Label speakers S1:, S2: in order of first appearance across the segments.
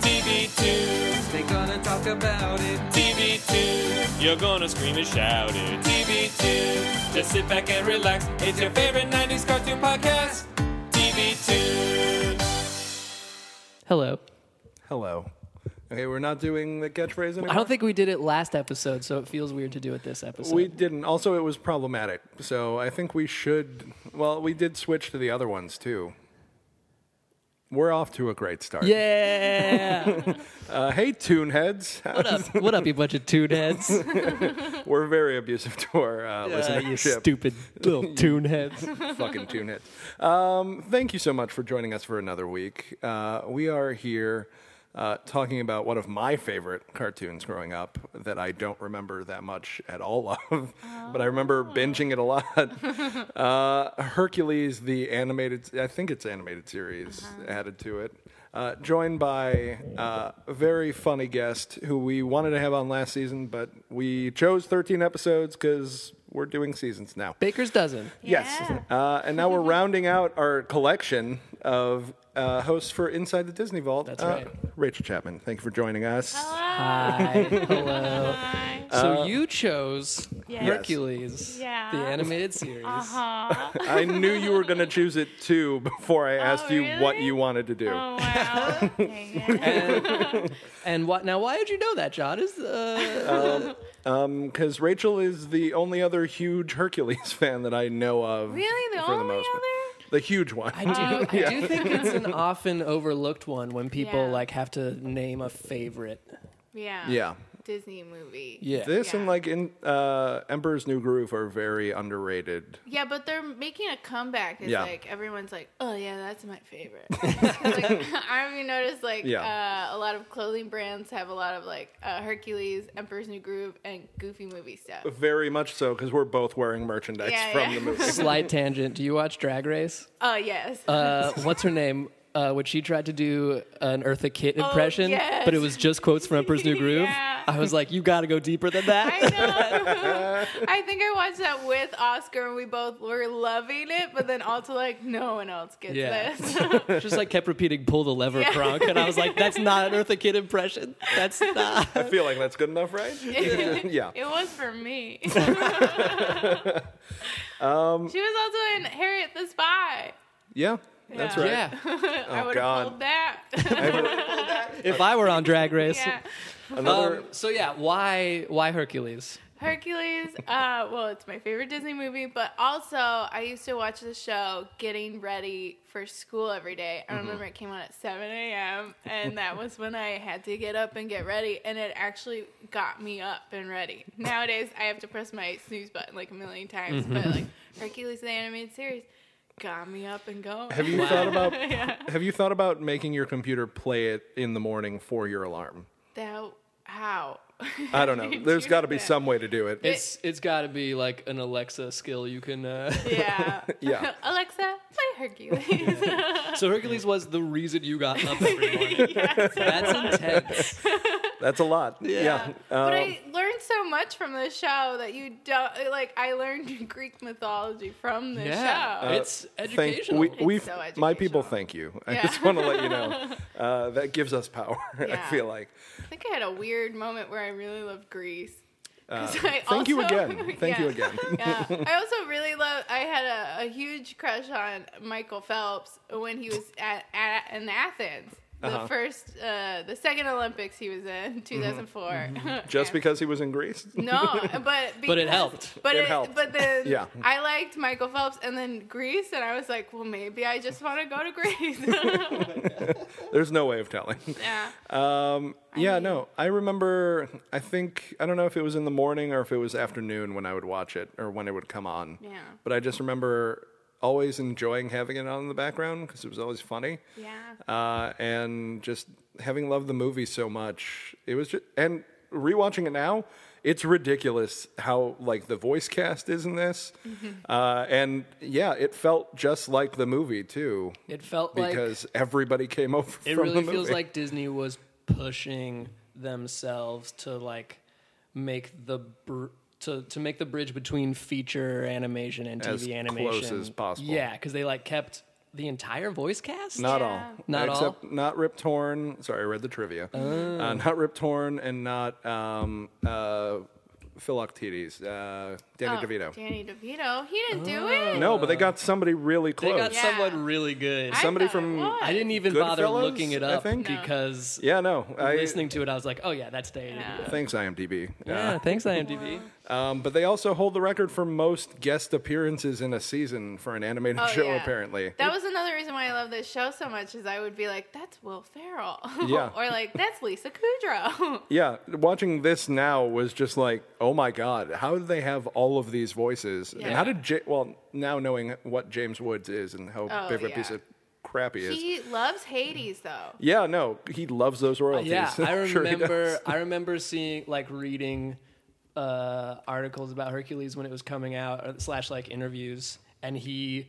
S1: TV too.
S2: They're gonna talk about it.
S1: TV too. You're gonna scream and shout it. TV too. Just sit back and relax. It's your favorite 90s cartoon podcast. TV too.
S3: Hello.
S4: Hello. Okay, we're not doing the catchphrase anymore.
S3: I don't think we did it last episode, so it feels weird to do it this episode.
S4: we didn't. Also, it was problematic. So I think we should. Well, we did switch to the other ones too. We're off to a great start.
S3: yeah.
S4: Uh, hey, Tuneheads.
S3: what, up? what up, you bunch of tune heads?
S4: We're very abusive to our uh,
S3: Uh, you
S4: listenership.
S3: stupid little tune heads.
S4: fucking tune it. Um, thank you so much for joining us for another week. Uh, we are here uh, talking about one of my favorite cartoons growing up that I don't remember that much at all of, but I remember binging it a lot. uh, Hercules, the animated, I think it's animated series added to it. Uh, joined by uh, a very funny guest who we wanted to have on last season, but we chose 13 episodes because we're doing seasons now.
S3: Baker's dozen.
S4: Yes. Uh, and now we're rounding out our collection of uh, hosts for Inside the Disney Vault.
S3: That's
S4: Uh,
S3: right.
S4: Rachel Chapman, thank you for joining us.
S3: Hi. Hello.
S5: Hi.
S3: So you chose
S5: Yes.
S3: Hercules,
S5: Yeah.
S3: the animated series.
S5: Aw.
S4: I knew you were going to choose it too before I asked you what
S5: Oh, really?
S4: you wanted to do.
S5: Oh, wow. Dang it.
S3: And what? Now, why did you know that, John? Is uh,
S4: Because Rachel is the only other huge Hercules fan that I know of.
S5: Really? The
S4: for
S5: only
S4: most part.
S5: other?
S4: The huge one.
S3: I do. I do think it's an often overlooked one when people
S5: Yeah.
S3: like have to name a favorite.
S5: Yeah.
S4: Yeah.
S5: Disney movie.
S3: Yeah.
S4: This
S5: Yeah.
S4: and like in uh, Emperor's New Groove are very underrated.
S5: Yeah, but they're making a comeback. It's
S4: Yeah.
S5: like everyone's like, "Oh yeah, that's my favorite." like, I don't even noticed like
S4: Yeah.
S5: uh, a lot of clothing brands have a lot of like uh, Hercules, Emperor's New Groove, and Goofy movie stuff.
S4: Very much so because we're both wearing merchandise
S5: Yeah,
S4: from
S5: yeah.
S4: the movie.
S3: Slight tangent. Do you watch Drag Race?
S5: Oh yes.
S3: uh, what's her name? Uh, when she tried to do an Eartha Kitt impression,
S5: Oh, yes.
S3: but it was just quotes from Emperor's New Groove.
S5: Yeah.
S3: I was like, you got to go deeper than that.
S5: I know. I think I watched that with Oscar, and we both were loving it, but then also like, no one else gets
S3: Yeah.
S5: this.
S3: Just like kept repeating, pull the lever,
S5: Yeah.
S3: Kronk, and I was like, that's not an Eartha Kitt impression. That's not.
S4: I feel like that's good enough, right? yeah.
S5: It was for me. she was also in Harriet the Spy.
S4: Yeah, that's
S5: Yeah.
S4: right.
S3: Yeah.
S5: I would
S4: God.
S5: have pulled that.
S3: If I were on Drag Race.
S5: yeah.
S4: Another
S3: Um, so yeah, why why Hercules?
S5: Hercules, uh, well, it's my favorite Disney movie, but also I used to watch the show Getting Ready for School every day. I
S4: Mm-hmm.
S5: remember it came on at 7 a.m., and that was when I had to get up and get ready, and it actually got me up and ready. Nowadays, I have to press my snooze button like a million times,
S4: Mm-hmm.
S5: but like Hercules, the animated series, got me up and going.
S4: have you thought about
S5: yeah.
S4: have you thought about making your computer play it in the morning for your alarm?
S5: That, how?
S4: I don't know.
S5: You
S4: There's
S5: do
S4: got to be
S5: that.
S4: some way to do it.
S3: It's it's got to be like an Alexa skill you can. Uh...
S5: Yeah.
S4: Yeah.
S5: Alexa, play Hercules.
S3: so Hercules was the reason you got up every morning.
S5: Yes.
S3: That's intense.
S4: That's a lot. Yeah.
S5: but
S4: Um,
S5: I learned so much from this show that you don't like. I learned Greek mythology from this
S3: Yeah,
S4: Uh,
S5: show.
S3: it's
S4: thank-
S3: educational.
S4: we, we've,
S5: so
S4: my
S5: educational.
S4: people thank you. I
S5: Yeah.
S4: just want to let you know uh, that gives us power. I
S5: Yeah.
S4: feel like.
S5: I think I had a weird moment where I really loved Greece. 'Cause I
S4: Uh, Thank you
S5: also-
S4: again. Thank you
S5: Yeah.
S4: again.
S5: yeah. I also really love. I had a, a huge crush on Michael Phelps when he was at, at in Athens. The
S4: Uh-huh. Mm-hmm.
S5: first, uh, the second Olympics he was in, 2004.
S4: Just
S5: And-
S4: because he was in Greece.
S5: No, but
S3: But it
S5: because-
S3: helped.
S5: But
S4: It
S5: it,
S4: helped.
S5: But then
S4: Yeah.
S5: I liked Michael Phelps and then Greece, and I was like, well, maybe I just want to go to Greece.
S4: There's no way of telling.
S5: yeah.
S4: Um, yeah, no. I remember, I think, I don't know if it was in the morning or if it was afternoon when I would watch it or when it would come on.
S5: Yeah.
S4: But I just remember always enjoying having it on in the background because it was always funny.
S5: Yeah.
S4: Uh, and just having loved the movie so much, it was just, and rewatching it now, it's ridiculous how like the voice cast is in this.
S5: Mm-hmm.
S4: Uh, and yeah, it felt just like the movie too.
S3: It felt like
S4: because everybody came over
S3: it
S4: from
S3: really
S4: the movie.
S3: feels like Disney was pushing themselves to like make the br- to to make the bridge between feature animation and TV
S4: As close
S3: animation
S4: as possible.
S3: Yeah, because they like kept the entire voice cast?
S4: Not
S5: Yeah.
S4: all.
S3: Not all? Oh.
S4: Except not Rip Torn. Sorry, I read the trivia. Uh, not Rip Torn and not um, uh, Phil Octides, uh, Danny
S5: Oh,
S4: DeVito.
S5: Danny DeVito. He didn't do
S3: Oh.
S5: it.
S4: No, but they got somebody really
S3: They
S4: close.
S3: got
S5: Yeah.
S3: someone really good.
S5: I
S4: somebody
S5: thought it
S4: from-
S5: was.
S3: I didn't e- even bother
S4: Goodfellas,
S3: looking it
S4: I
S3: up
S4: think? No.
S3: because
S4: yeah, no. I,
S3: listening to it, I was like, oh yeah, that's Danny.
S5: Yeah.
S3: DeVito.
S4: Thanks, IMDb.
S3: Yeah,
S4: Yeah.
S3: thanks IMDb.
S4: Um, but they also hold the record for most guest appearances in a season for an animated
S5: Oh,
S4: show,
S5: yeah.
S4: apparently.
S5: That was another reason why I love this show so much is I would be like, that's Will Ferrell.
S4: Yeah.
S5: or like, that's Lisa Kudrow.
S4: yeah, watching this now was just like, oh my God, how did they have all of these voices? And how
S5: Yeah.
S4: did, J- well, now knowing what James Woods is and how
S5: Oh,
S4: big of a
S5: yeah.
S4: piece of crap he is.
S5: he loves Hades though.
S4: yeah, no, he loves those royalties.
S3: Yeah, I
S4: I'm sure he does.
S3: remember. I remember seeing like reading uh, articles about Hercules when it was coming out, or slash like interviews, and he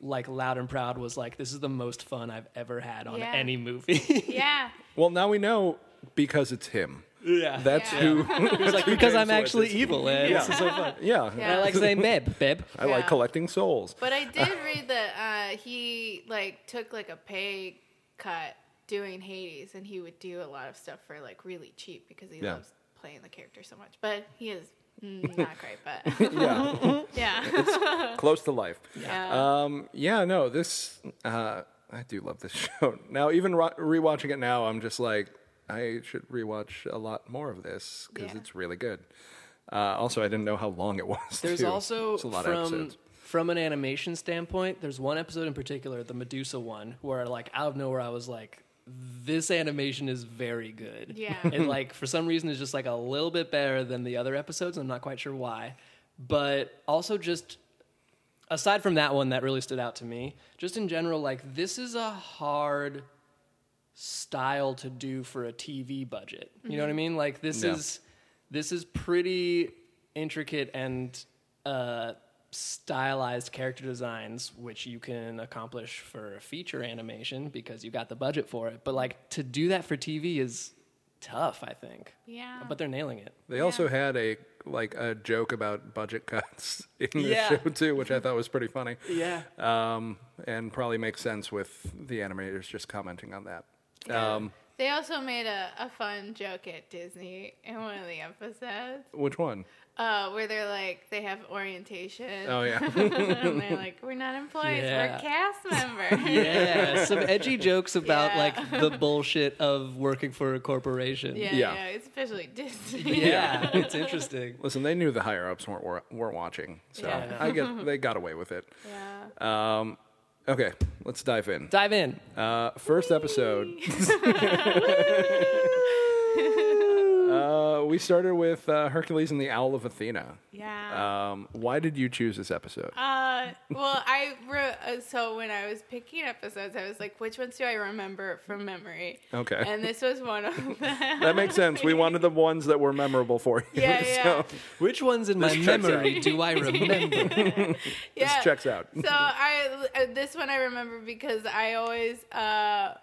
S3: like loud and proud was like, "This is the most fun I've ever had on
S5: Yeah.
S3: any movie."
S5: Yeah.
S4: Well, now we know because it's him.
S3: yeah,
S4: That's
S5: Yeah.
S4: who.
S3: It's like because I'm
S4: James Woods
S3: actually
S4: is-
S3: evil, and this is so fun.
S4: yeah.
S5: Yeah.
S3: I like saying Beb, Beb.
S4: I like
S5: Yeah.
S4: collecting souls.
S5: But I did read that uh, he like took like a pay cut doing Hades, and he would do a lot of stuff for like really cheap because he
S4: Yeah.
S5: loves playing the character so much. But he is mm, not great, but
S4: Yeah,
S5: yeah,
S4: close to life.
S5: yeah.
S4: Um, yeah, no, this uh, I do love this show. Now, even ro- rewatching it now, I'm just like, I should rewatch a lot more of this because
S5: Yeah.
S4: it's really good. Uh, also, I didn't know how long it was.
S3: There's
S4: too.
S3: also
S4: It's a lot
S3: from
S4: of episodes.
S3: from an animation standpoint. There's one episode in particular, the Medusa one, where like out of nowhere I was like, "This animation is very good."
S5: Yeah.
S3: and like for some reason it's just like a little bit better than the other episodes. I'm not quite sure why, but also just aside from that one that really stood out to me, just in general, like this is a hard style to do for a TV budget. You know
S5: Mm-hmm.
S3: what I mean? Like this
S4: Yeah.
S3: is this is pretty intricate and uh, stylized character designs, which you can accomplish for feature animation because you got the budget for it. But like to do that for TV is tough, I think.
S5: Yeah.
S3: But they're nailing it.
S4: They also had a like a joke about budget cuts in the
S3: Yeah.
S4: show too, which I thought was pretty funny.
S3: Yeah.
S4: Um, and probably makes sense with the animators just commenting on that. Um,
S5: They also made a, a fun joke at Disney in one of the episodes
S4: which one?
S5: uh, where they're like, they have orientation.
S4: Oh yeah,
S5: and they're like, we're not employees,
S3: Yeah.
S5: we're cast members.
S3: Yeah, some edgy jokes about
S5: Yeah.
S3: like the bullshit of working for a corporation.
S5: Yeah,
S4: Yeah.
S5: yeah, it's officially Disney.
S3: Yeah, it's interesting.
S4: listen, they knew the higher ups weren't were, weren't watching, so
S3: Yeah, I know.
S4: I get they got away with it.
S5: Yeah.
S4: Um, okay, let's dive in.
S3: Dive in.
S4: Uh, first episode. uh, we started with uh, Hercules and the Owl of Athena.
S5: Yeah.
S4: Um, why did you choose this episode?
S5: Uh, well, I wrote. Uh, so when I was picking episodes, I was like, which ones do I remember from memory?
S4: Okay.
S5: And this was one of them.
S4: that makes sense. We wanted the ones that were memorable for you.
S5: Yeah, yeah.
S4: So
S3: Which ones in my
S4: This checks
S3: memory do I remember?
S5: yeah.
S4: this checks out.
S5: So I uh, this one I remember because I always uh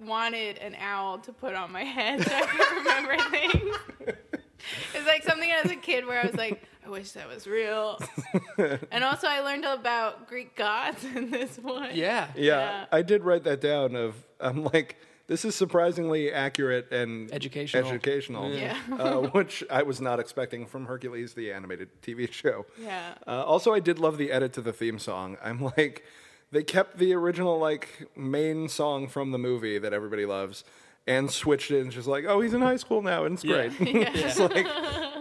S5: wanted an owl to put on my head so I could remember things. It's like something as a kid where I was like, I wish that was real. and also, I learned about Greek gods in this one.
S3: yeah.
S4: Yeah,
S5: Yeah.
S4: I did write that down. Of I'm like, this is surprisingly accurate and
S3: Educational.
S4: educational,
S5: Yeah.
S4: uh, which I was not expecting from Hercules, the animated TV show.
S5: Yeah.
S4: Uh, also, I did love the edit to the theme song. I'm like, they kept the original like main song from the movie that everybody loves. And switched it and just like, oh, he's in high school now, and it's
S3: Yeah.
S4: great. it's like,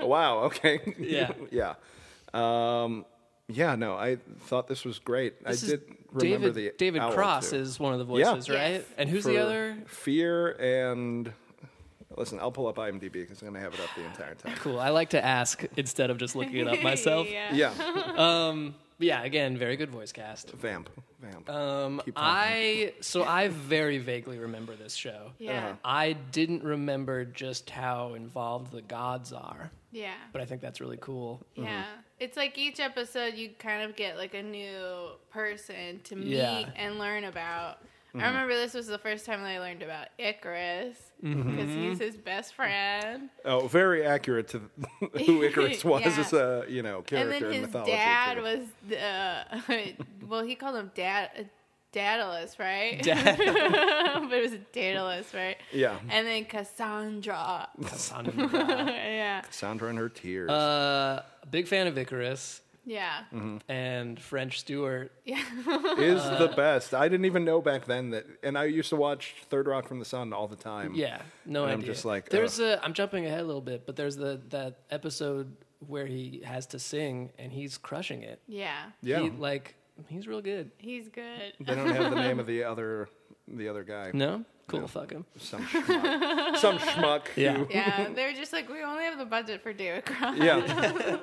S4: wow, okay,
S3: Yeah.
S4: yeah, um, yeah. No, I thought this was great.
S3: This
S4: I
S3: is
S4: did remember
S3: David,
S4: the
S3: David
S4: owl,
S3: Cross
S4: too
S3: is one of the voices,
S5: Yeah.
S3: right?
S5: Yes.
S3: And who's the
S4: for
S3: other?
S4: Fear and listen, I'll pull up IMDb because I'm gonna have it up the entire time.
S3: Cool. I like to ask instead of just looking it up myself. yeah.
S5: yeah.
S4: Yeah,
S3: yeah, again, very good voice cast.
S4: vamp, vamp.
S3: Um,
S4: Keep talking.
S3: I so I very vaguely remember this show.
S5: Yeah. Uh-huh.
S3: I didn't remember just how involved the gods are,
S5: Yeah.
S3: but I think that's really cool.
S5: Yeah. It's like each episode you kind of get like a new person to meet
S3: Yeah.
S5: and learn about. I remember this was the first time that I learned about Icarus because he's his best friend.
S4: oh, very accurate to who Icarus was
S5: Yeah.
S4: as a you know
S5: And
S4: character
S5: then
S4: in
S5: his
S4: mythology.
S5: dad
S4: too.
S5: was the well, he called him dad uh, Daedalus, right? but it was Daedalus, right?
S4: Yeah.
S5: And then Cassandra.
S3: Cassandra.
S5: yeah.
S4: Sandra and her tears.
S3: uh, big fan of Icarus
S5: Yeah.
S4: Mm-hmm.
S3: and French Stewart.
S4: is the
S3: uh,
S4: best. I didn't even know back then that, and I used to watch Third Rock from the Sun all the time.
S3: Yeah, no
S4: And I'm
S3: idea.
S4: just like,
S3: there's a. I'm jumping ahead a little bit, but there's the that episode where he has to sing and he's crushing it.
S5: Yeah.
S4: yeah.
S3: He, like he's real good.
S5: He's good.
S4: they don't have the name of the other the other guy.
S3: No, cool.
S4: No.
S3: Fuck him.
S4: Some schmuck. Some schmuck. who-
S3: Yeah.
S5: Yeah. They're just like, we only have the budget for David Cross.
S4: yeah.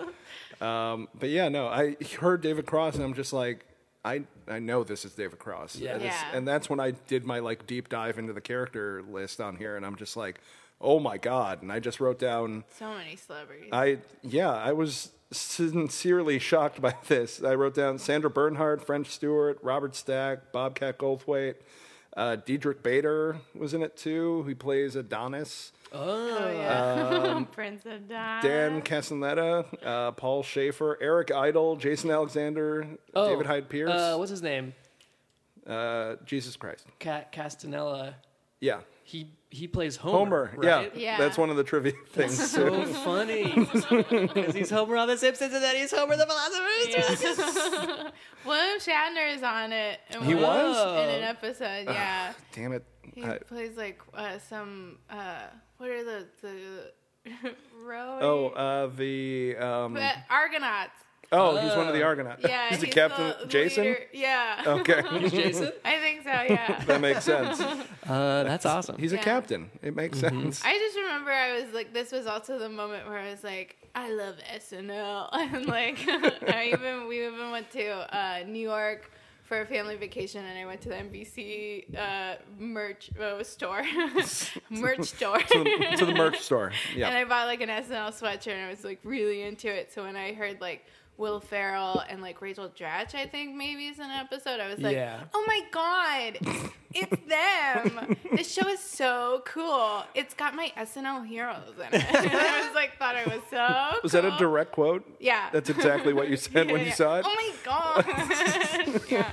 S4: um, but yeah, no, I heard David Cross, and I'm just like, I I know this is David Cross.
S3: Yeah.
S4: And, it's-
S5: Yeah.
S4: and that's when I did my like deep dive into the character list on here, and I'm just like, oh my god! And I just wrote down,
S5: So many celebrities.
S4: I yeah, I was sincerely shocked by this. I wrote down Sandra Bernhard, French Stewart, Robert Stack, Bobcat Goldthwait. Uh, Diedrich Bader was in it too. He plays Adonis.
S5: oh, yeah. Prince of Dime.
S4: um, Dan Castaneda, uh, Paul Schaefer, Eric Idle, Jason Alexander,
S3: Oh,
S4: David Hyde Pierce,
S3: Uh,
S4: uh,
S3: what's his name?
S4: Jesus Christ.
S3: Cat Castanella.
S4: Yeah.
S3: He he plays Homer.
S4: Homer.
S3: right?
S4: Yeah.
S5: Yeah.
S4: That's one of the trivia things.
S3: So funny because he's Homer on The Simpsons, and then he's Homer the Velociraptor.
S5: Yeah. William Shatner is on it. in
S4: He
S5: one-
S4: was?
S5: in an episode. Yeah,
S4: Damn it.
S5: he
S4: I-
S5: plays like uh, some. Uh, what are the the rowing?
S4: oh, uh, the. Um,
S5: But Argonauts.
S4: oh, he's one of the Argonauts.
S5: Yeah,
S4: he's the captain. Jason?
S5: leader. Yeah,
S4: Okay.
S3: Jason.
S5: I think so. Yeah.
S4: that makes sense.
S3: Uh, that's awesome.
S4: He's a
S5: Yeah.
S4: captain. It makes
S3: Mm-hmm.
S4: sense.
S5: I just remember I was like, this was also the moment where I was like, I love SNL, and like, I even we even went to uh, New York for a family vacation, and I went to the NBC uh, merch uh, store, merch store,
S4: to, the, to the merch store. Yeah.
S5: and I bought like an SNL sweatshirt, and I was like really into it. So when I heard like. Will Ferrell and like Rachel Dratch, I think maybe is an episode. I was like,
S3: Yeah.
S5: oh my god, it's them. this show is so cool. It's got my SNL heroes in it. I was like, thought I was so.
S4: was that a
S5: cool.
S4: direct quote?
S5: Yeah.
S4: That's exactly what you said when you
S5: Yeah.
S4: saw it?
S5: Oh my god! yeah.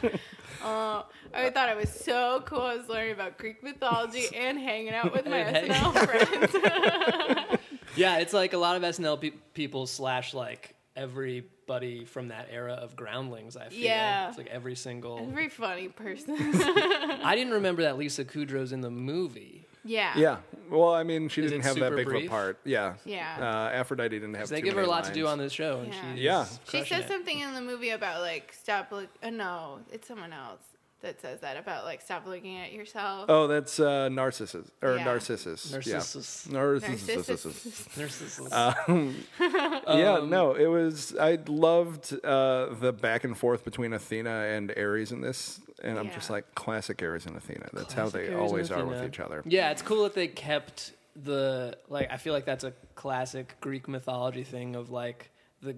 S5: Oh, I thought it was so cool. I was learning about Greek mythology and hanging out with my
S3: And hang-
S5: SNL friends.
S3: Yeah, it's like a lot of SNL pe- people slash like everybody from that era of Groundlings. I feel
S5: Yeah.
S3: it's like every single.
S5: Very funny person.
S3: I didn't remember that Lisa Kudrow's in the movie.
S5: yeah.
S4: Yeah. Well, I mean, she
S3: Is
S4: didn't
S3: it
S4: have that
S3: super
S4: big of a
S3: brief?
S4: part. Yeah.
S5: Yeah.
S4: Uh, Aphrodite didn't have.
S3: They
S4: too
S3: give her a
S4: many
S3: lot to do
S4: lines.
S3: on this show, and
S5: Yeah.
S3: she's
S4: Yeah.
S5: She
S3: crushing
S5: says
S3: it.
S5: something in the movie about like stop look. Uh, no, it's someone else that says that about like stop looking at yourself.
S4: Oh, that's uh, Narcissus or
S5: Yeah.
S4: Narcissus.
S3: Narcissus.
S4: Yeah. Narcissus.
S5: Narcissus.
S3: Narcissus.
S4: yeah,
S3: Um,
S4: no, it was. I loved uh, the back and forth between Athena and Ares in this, and I'm
S5: Yeah.
S4: just like classic Ares and Athena. That's how
S3: Classic
S4: they
S3: Ares
S4: always
S3: and
S4: are with
S3: Athena.
S4: each other.
S3: Yeah, it's cool that they kept the like. I feel like that's a classic Greek mythology thing of like the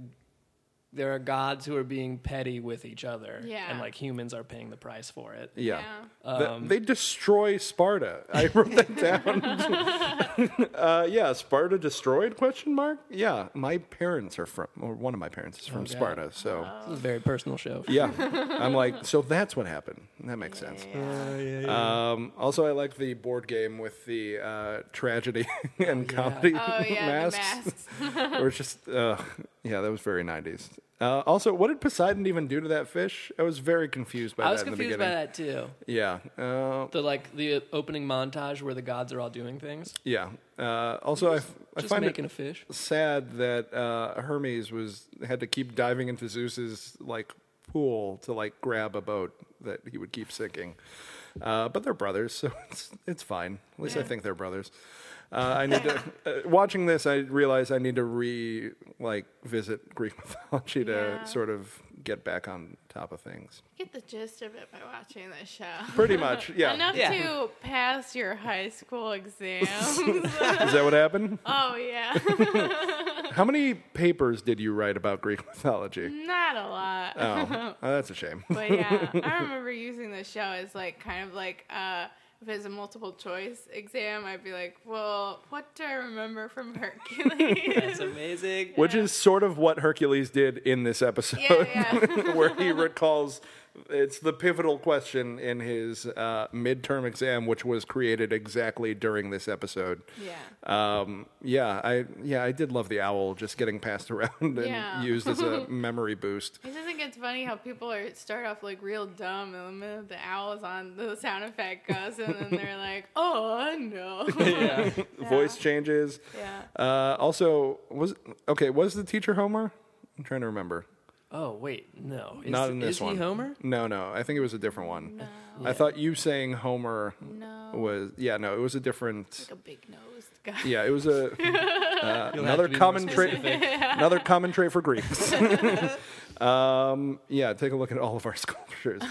S3: there are gods who are being petty with each other,
S5: Yeah.
S3: and like humans are paying the price for it.
S4: Yeah.
S5: Yeah.
S4: Th-
S3: Um,
S4: they destroy Sparta. I wrote that down. uh, yeah, Sparta destroyed? Question mark. Yeah, my parents are from, or one of my parents is from
S3: God.
S4: Sparta. So
S5: Oh.
S3: This is a very personal show.
S4: yeah, I'm like, so that's what happened. That makes sense. Um, also, I like the board game with the uh, tragedy and comedy
S5: Oh yeah,
S4: masks.
S5: the masks.
S4: It was just, uh, yeah, that was very 90s. Uh, also, what did Poseidon even do to that fish? I was very confused by
S3: I
S4: that
S3: was
S4: in the
S3: confused by
S4: beginning.
S3: that too.
S4: Yeah. Uh,
S3: The like the opening montage where the gods are all doing things,
S4: yeah. Uh, also, I f I I,
S3: just
S4: find
S3: making
S4: it
S3: a fish.
S4: sad that uh, Hermes was had to keep diving into Zeus's like pool to like grab a boat that he would keep sinking. Uh, but they're brothers, so it's it's fine. At least I think they're brothers. Uh, I need to uh, watching this. I realize I need to re like visit Greek mythology to
S5: Yeah.
S4: sort of get back on top of things.
S5: Get the gist of it by watching this show.
S4: Pretty much, yeah.
S5: Enough
S3: Yeah.
S5: to pass your high school exams.
S4: Is that what happened?
S5: oh yeah,
S4: How many papers did you write about Greek mythology?
S5: not a lot.
S4: Oh, oh that's a shame.
S5: But yeah, I remember using the show as like kind of like uh, if it's a multiple choice exam, I'd be like, well, what do I remember from Hercules?
S3: It's amazing.
S4: Which is sort of what Hercules did in this episode,
S5: yeah, yeah.
S4: where he recalls It's the pivotal question in his uh, midterm exam, which was created exactly during this episode. Yeah. Um, yeah, I yeah I did love the owl just getting passed around and
S5: Yeah.
S4: used as a memory boost.
S5: I just think it's funny how people are start off like real dumb, and the minute the owl's on, the sound effect goes, and then they're like, "Oh no!"
S3: Yeah.
S4: Voice changes.
S5: Yeah.
S4: Uh, also, was okay. Was the teacher Homer? I'm trying to remember.
S3: Oh wait, no. Is,
S4: Not in this
S3: is
S4: one.
S3: he Homer?
S4: No, no. I think it was a different one. I thought you saying Homer
S5: No.
S4: was yeah. No, it was a different.
S5: Like a big nosed guy.
S4: Yeah, it was a uh, another
S3: to be more
S4: common trait. Another common trait for Greeks. um, yeah, take a look at all of our sculptures.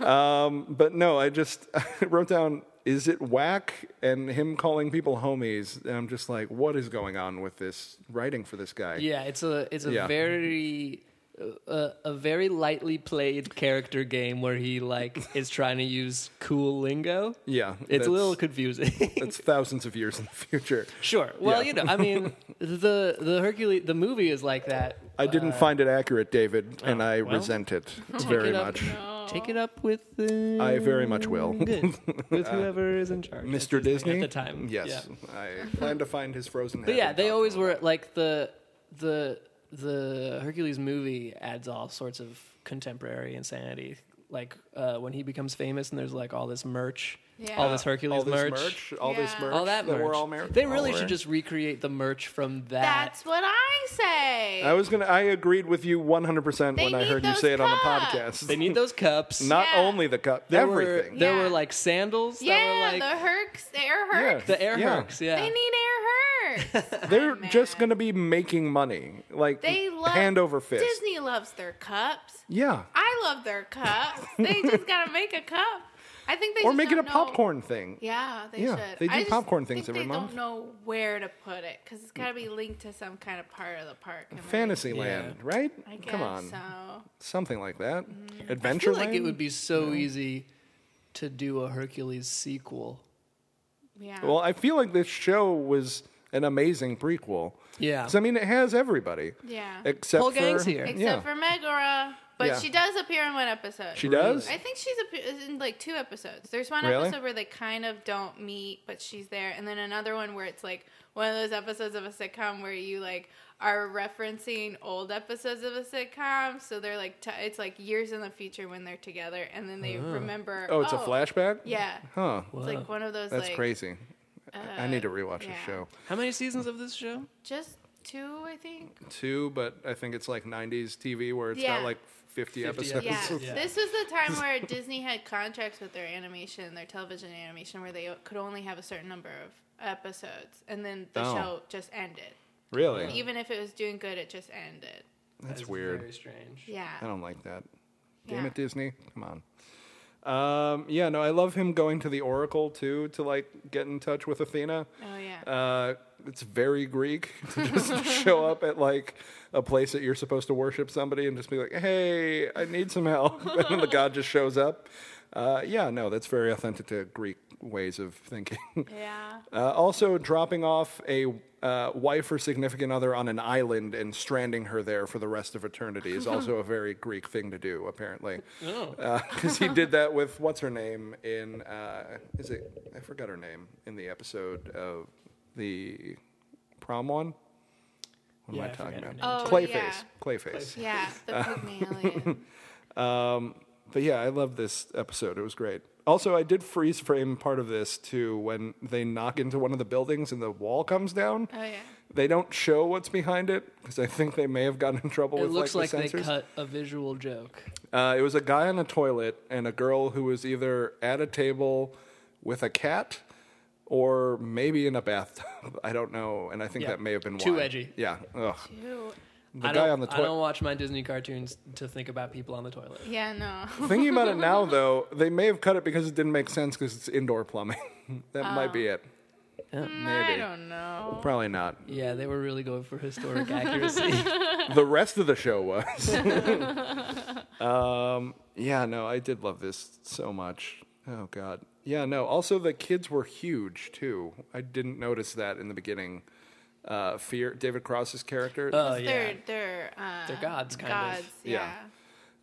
S4: Um, but no, I just wrote down. Is it whack? And him calling people homies. And I'm just like, what is going on with this writing for this guy?
S3: Yeah, it's a it's a
S4: Yeah.
S3: very uh, a very lightly played character game where he like is trying to use cool lingo.
S4: Yeah,
S3: It's
S4: that's-
S3: a little confusing.
S4: It's thousands of years in the future.
S3: sure. Well,
S4: Yeah.
S3: you know, I mean, the the Hercules the movie is like that.
S4: I didn't find it accurate, David, and I
S3: Uh, oh, well.
S4: resent it very
S3: it up.
S4: much.
S3: Take it up with uh,
S4: I very much will.
S3: good, with whoever is in charge, at
S4: Mr.
S3: this-
S4: Disney
S3: at the time.
S4: Yes,
S3: Yeah.
S4: I plan to find his frozen.
S3: But yeah, they always were like the the the Hercules movie adds all sorts of contemporary insanity. Like uh, when he becomes famous and there's like all this merch,
S5: Yeah.
S3: all this Hercules
S4: all this merch, all this
S5: Yeah.
S4: merch,
S3: all that merch.
S4: we're all mar-
S3: they
S4: all
S3: really
S4: wearing.
S3: should just recreate the merch from that.
S5: That's what I say.
S4: I was gonna. I agreed with you 100 percent
S5: They
S4: when I
S5: need
S4: heard you
S5: those
S4: say it on the
S5: cups.
S4: podcast.
S3: they need those cups.
S4: Not
S5: Yeah.
S4: only the cup,
S3: there
S4: everything.
S3: Were, there
S5: Yeah.
S3: were like sandals.
S5: yeah,
S3: that were,
S5: the
S3: like,
S5: Hercs, the air Hercs.
S4: Yeah.
S3: the air
S4: Yeah.
S3: herks. Yeah,
S5: They need air Hercs.
S4: They're
S5: man.
S4: just gonna be making money, like
S5: They love
S4: hand over fist.
S5: Disney loves their cups.
S4: Yeah,
S5: I love their cups. they just gotta make a cup. I think they
S4: or
S5: just
S4: make it a
S5: don't know-
S4: popcorn thing.
S5: Yeah, they
S4: Yeah,
S5: should.
S4: they do
S5: I just
S4: popcorn things
S5: think
S4: every
S5: they
S4: month. Mm.
S5: don't know where to put it because it's gotta be linked to some kind of part of the park. am I-
S4: Fantasyland, right?
S5: I guess
S4: Come on,
S5: So Mm-hmm.
S4: something like that.
S3: I feel
S4: Adventureland.
S3: like it would be so easy to do a Hercules sequel.
S5: yeah.
S4: Well, I feel like this show was an amazing prequel.
S3: Yeah.
S4: 'Cause, I mean, it has everybody.
S5: Yeah.
S4: Except
S3: Whole
S4: for,
S3: gang's here.
S5: Except
S4: yeah.
S5: for Megara, but
S4: Yeah.
S5: she does appear in one episode.
S4: she does.
S5: I think she's a, in like two episodes. There's one
S4: Really?
S5: episode where they kind of don't meet, but she's there, and then another one where it's like one of those episodes of a sitcom where you like are referencing old episodes of a sitcom, so they're like t- it's like years in the future when they're together, and then they remember.
S4: Oh, it's a flashback.
S5: Yeah,
S4: Huh.
S5: it's like one of those.
S4: That's
S5: like, uh,
S4: crazy. I- I need to rewatch this
S5: yeah.
S4: show
S3: How many seasons of this show?
S5: Just two, I think.
S4: too, but I think it's like '90s TV where it's
S5: Yeah.
S4: got like 50, episodes.
S5: Yeah.
S3: Yeah.
S5: This was the time where Disney had contracts with their animation, their television animation, where they could only have a certain number of episodes. And then the
S4: Oh.
S5: show just ended.
S4: Really?
S5: Even if it was doing good, it just ended.
S4: That's
S3: That's
S4: weird.
S3: Very strange.
S5: Yeah.
S4: I don't like that. Damn
S5: Yeah.
S4: it, Disney. Come on. Um, yeah, no, I love him going to the Oracle too to like get in touch with Athena.
S5: Oh, yeah.
S4: Uh, it's very Greek to just show up at like a place that you're supposed to worship somebody and just be like, "Hey, I need some help," and then the god just shows up. Uh, yeah, no, that's very authentic to Greek ways of thinking.
S5: yeah.
S4: Uh, also, dropping off a uh, wife or significant other on an island and stranding her there for the rest of eternity is also a very Greek thing to do, apparently.
S3: Oh.
S4: Because he did that with what's her name in uh, is it I forgot her name in the episode of the prom one. What
S3: Yeah,
S4: am
S3: I
S4: I talking
S3: forgot her
S4: about?
S5: name, too. Oh,
S4: Clayface. Clayface.
S5: yeah. Yeah. The pygmy alien.
S4: But yeah, I love this episode. It was great. Also, I did freeze frame part of this too when they knock into one of the buildings and the wall comes down.
S5: Oh, yeah.
S4: They don't show what's behind it because I think they may have gotten in trouble
S3: It
S4: with
S3: looks
S4: like
S3: like,
S4: the
S3: they
S4: sensors.
S3: cut a visual joke.
S4: Uh, it was a guy on a toilet and a girl who was either at a table with a cat or maybe in a bathtub. I don't know, and I think
S3: Yeah.
S4: that may have been
S3: Too
S4: why.
S3: edgy.
S4: Yeah. Ugh.
S5: Ew.
S4: The
S3: I
S4: guy
S3: don't,
S4: on the
S3: I don't
S4: toilet.
S3: watch my Disney cartoons to think about people on the toilet.
S5: Yeah, no.
S4: Thinking about it now, though, they may have cut it because it didn't make sense because it's indoor plumbing. that might be it.
S5: Oh. Mm, I
S4: Maybe.
S5: don't know.
S4: Probably not.
S3: Yeah, they were really going for historic accuracy.
S4: the rest of the show was. um, yeah, no, I did love this so much. Oh God, yeah, no. Also, the kids were huge too. I didn't notice that in the beginning. Uh, Fear, David Cross's character.
S3: oh yeah,
S5: They're, they're, uh,
S3: They're gods, kind of.
S5: gods,
S4: Yeah.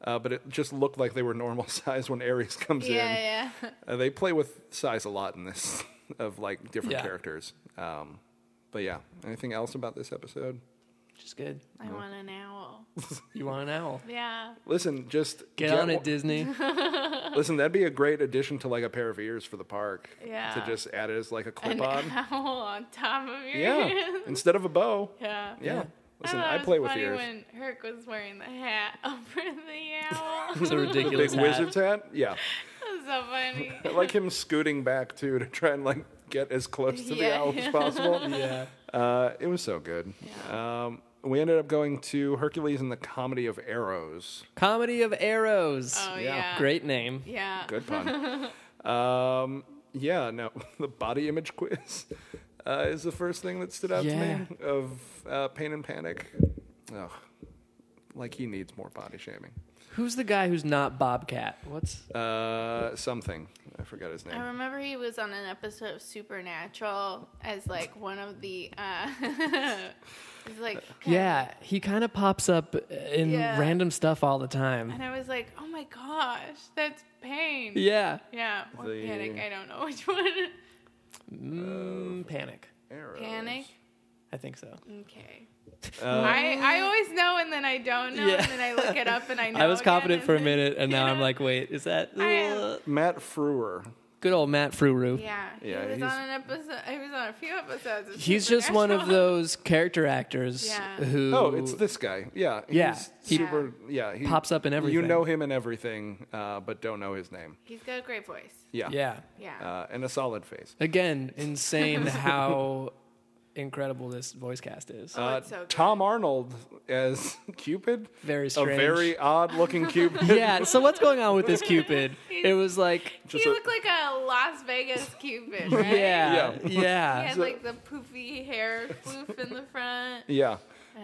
S5: yeah.
S4: uh, but it just looked like they were normal size when Ares comes in.
S5: Yeah, yeah.
S4: Uh, they play with size a lot in this, of like different
S3: Yeah.
S4: characters. Um, but yeah, anything else about this episode?
S3: Which is good.
S5: I want an owl.
S3: You want an owl?
S5: Yeah.
S4: Listen, just
S3: Get on
S4: one-
S3: it, Disney.
S4: Listen, that'd be a great addition to like a pair of ears for the park. To
S5: Yeah.
S4: just add it as like a
S5: An
S4: clip on.
S5: owl on top of your
S4: Yeah.
S5: ears.
S4: Instead of a bow.
S5: Yeah.
S4: Yeah.
S3: Yeah.
S4: Listen,
S5: thought
S4: I,
S5: it was
S4: play with
S5: Oh, funny
S4: ears.
S5: when Herc was wearing the hat over the owl.
S3: It's a
S4: Big
S3: ridiculous hat.
S4: wizard's hat? Yeah.
S5: That was so funny.
S4: I like him scooting back too to try and like get as close to the
S5: Yeah.
S4: owl as possible.
S3: Yeah.
S4: Uh, it was so good. Um, we ended up going to Hercules and the Comedy of Arrows.
S3: Comedy of Arrows.
S5: Oh
S4: Yeah.
S5: yeah.
S3: Great name.
S5: Yeah.
S4: Good pun. um, yeah, no, the body image quiz uh, is the first thing that stood out
S3: Yeah.
S4: to me of uh, pain and panic. Ugh. Like he needs more body shaming.
S3: Who's the guy who's not Bobcat? What's
S4: Uh, something. I forgot his name.
S5: I remember he was on an episode of Supernatural as like one of the. uh He's like
S3: Yeah, he kind of pops up uh, in
S5: Yeah.
S3: random stuff all the time.
S5: And I was like, oh my gosh, that's pain.
S3: Yeah.
S5: Yeah, or
S4: The-
S5: panic. I don't know which one. Oh.
S3: Mm, panic.
S4: Arrows.
S5: Panic.
S3: I think so.
S5: Okay. I, I always know and then I don't know
S3: Yeah.
S5: and then I look it up and I know.
S3: I was
S5: again,
S3: confident
S5: and
S3: for a
S5: then-
S3: minute, and now I'm like, wait, is that
S5: am-
S4: Matt Frewer.
S3: good old Matt Fruru?
S5: Yeah,
S4: Yeah,
S5: He was
S4: he's-
S5: on an episode. He was on a few episodes. of
S3: He's just one of
S5: Supernatural.
S3: those character actors
S5: Yeah.
S3: who.
S4: Oh, it's this guy. Yeah.
S3: Yeah,
S4: He's
S3: he-
S4: super. Yeah. He
S3: Pops up in
S4: You
S3: everything.
S4: know him in everything, uh, but don't know his name.
S5: He's got a great voice.
S4: Yeah.
S3: Yeah.
S5: Yeah.
S4: Uh, and a solid face.
S3: Again, insane how incredible this voice cast is.
S5: Oh,
S4: Uh,
S5: it's so good.
S4: Tom Arnold as Cupid.
S3: Very
S4: A
S3: strange.
S4: very odd looking Cupid.
S3: yeah, so what's going on with this Cupid?
S5: He's-
S3: It was like.
S4: just
S5: he
S4: a-
S5: looked like a Las Vegas Cupid, right?
S3: Yeah,
S4: Yeah.
S3: yeah.
S5: He had
S4: So-
S5: like the poofy hair floof in the front.
S4: Yeah.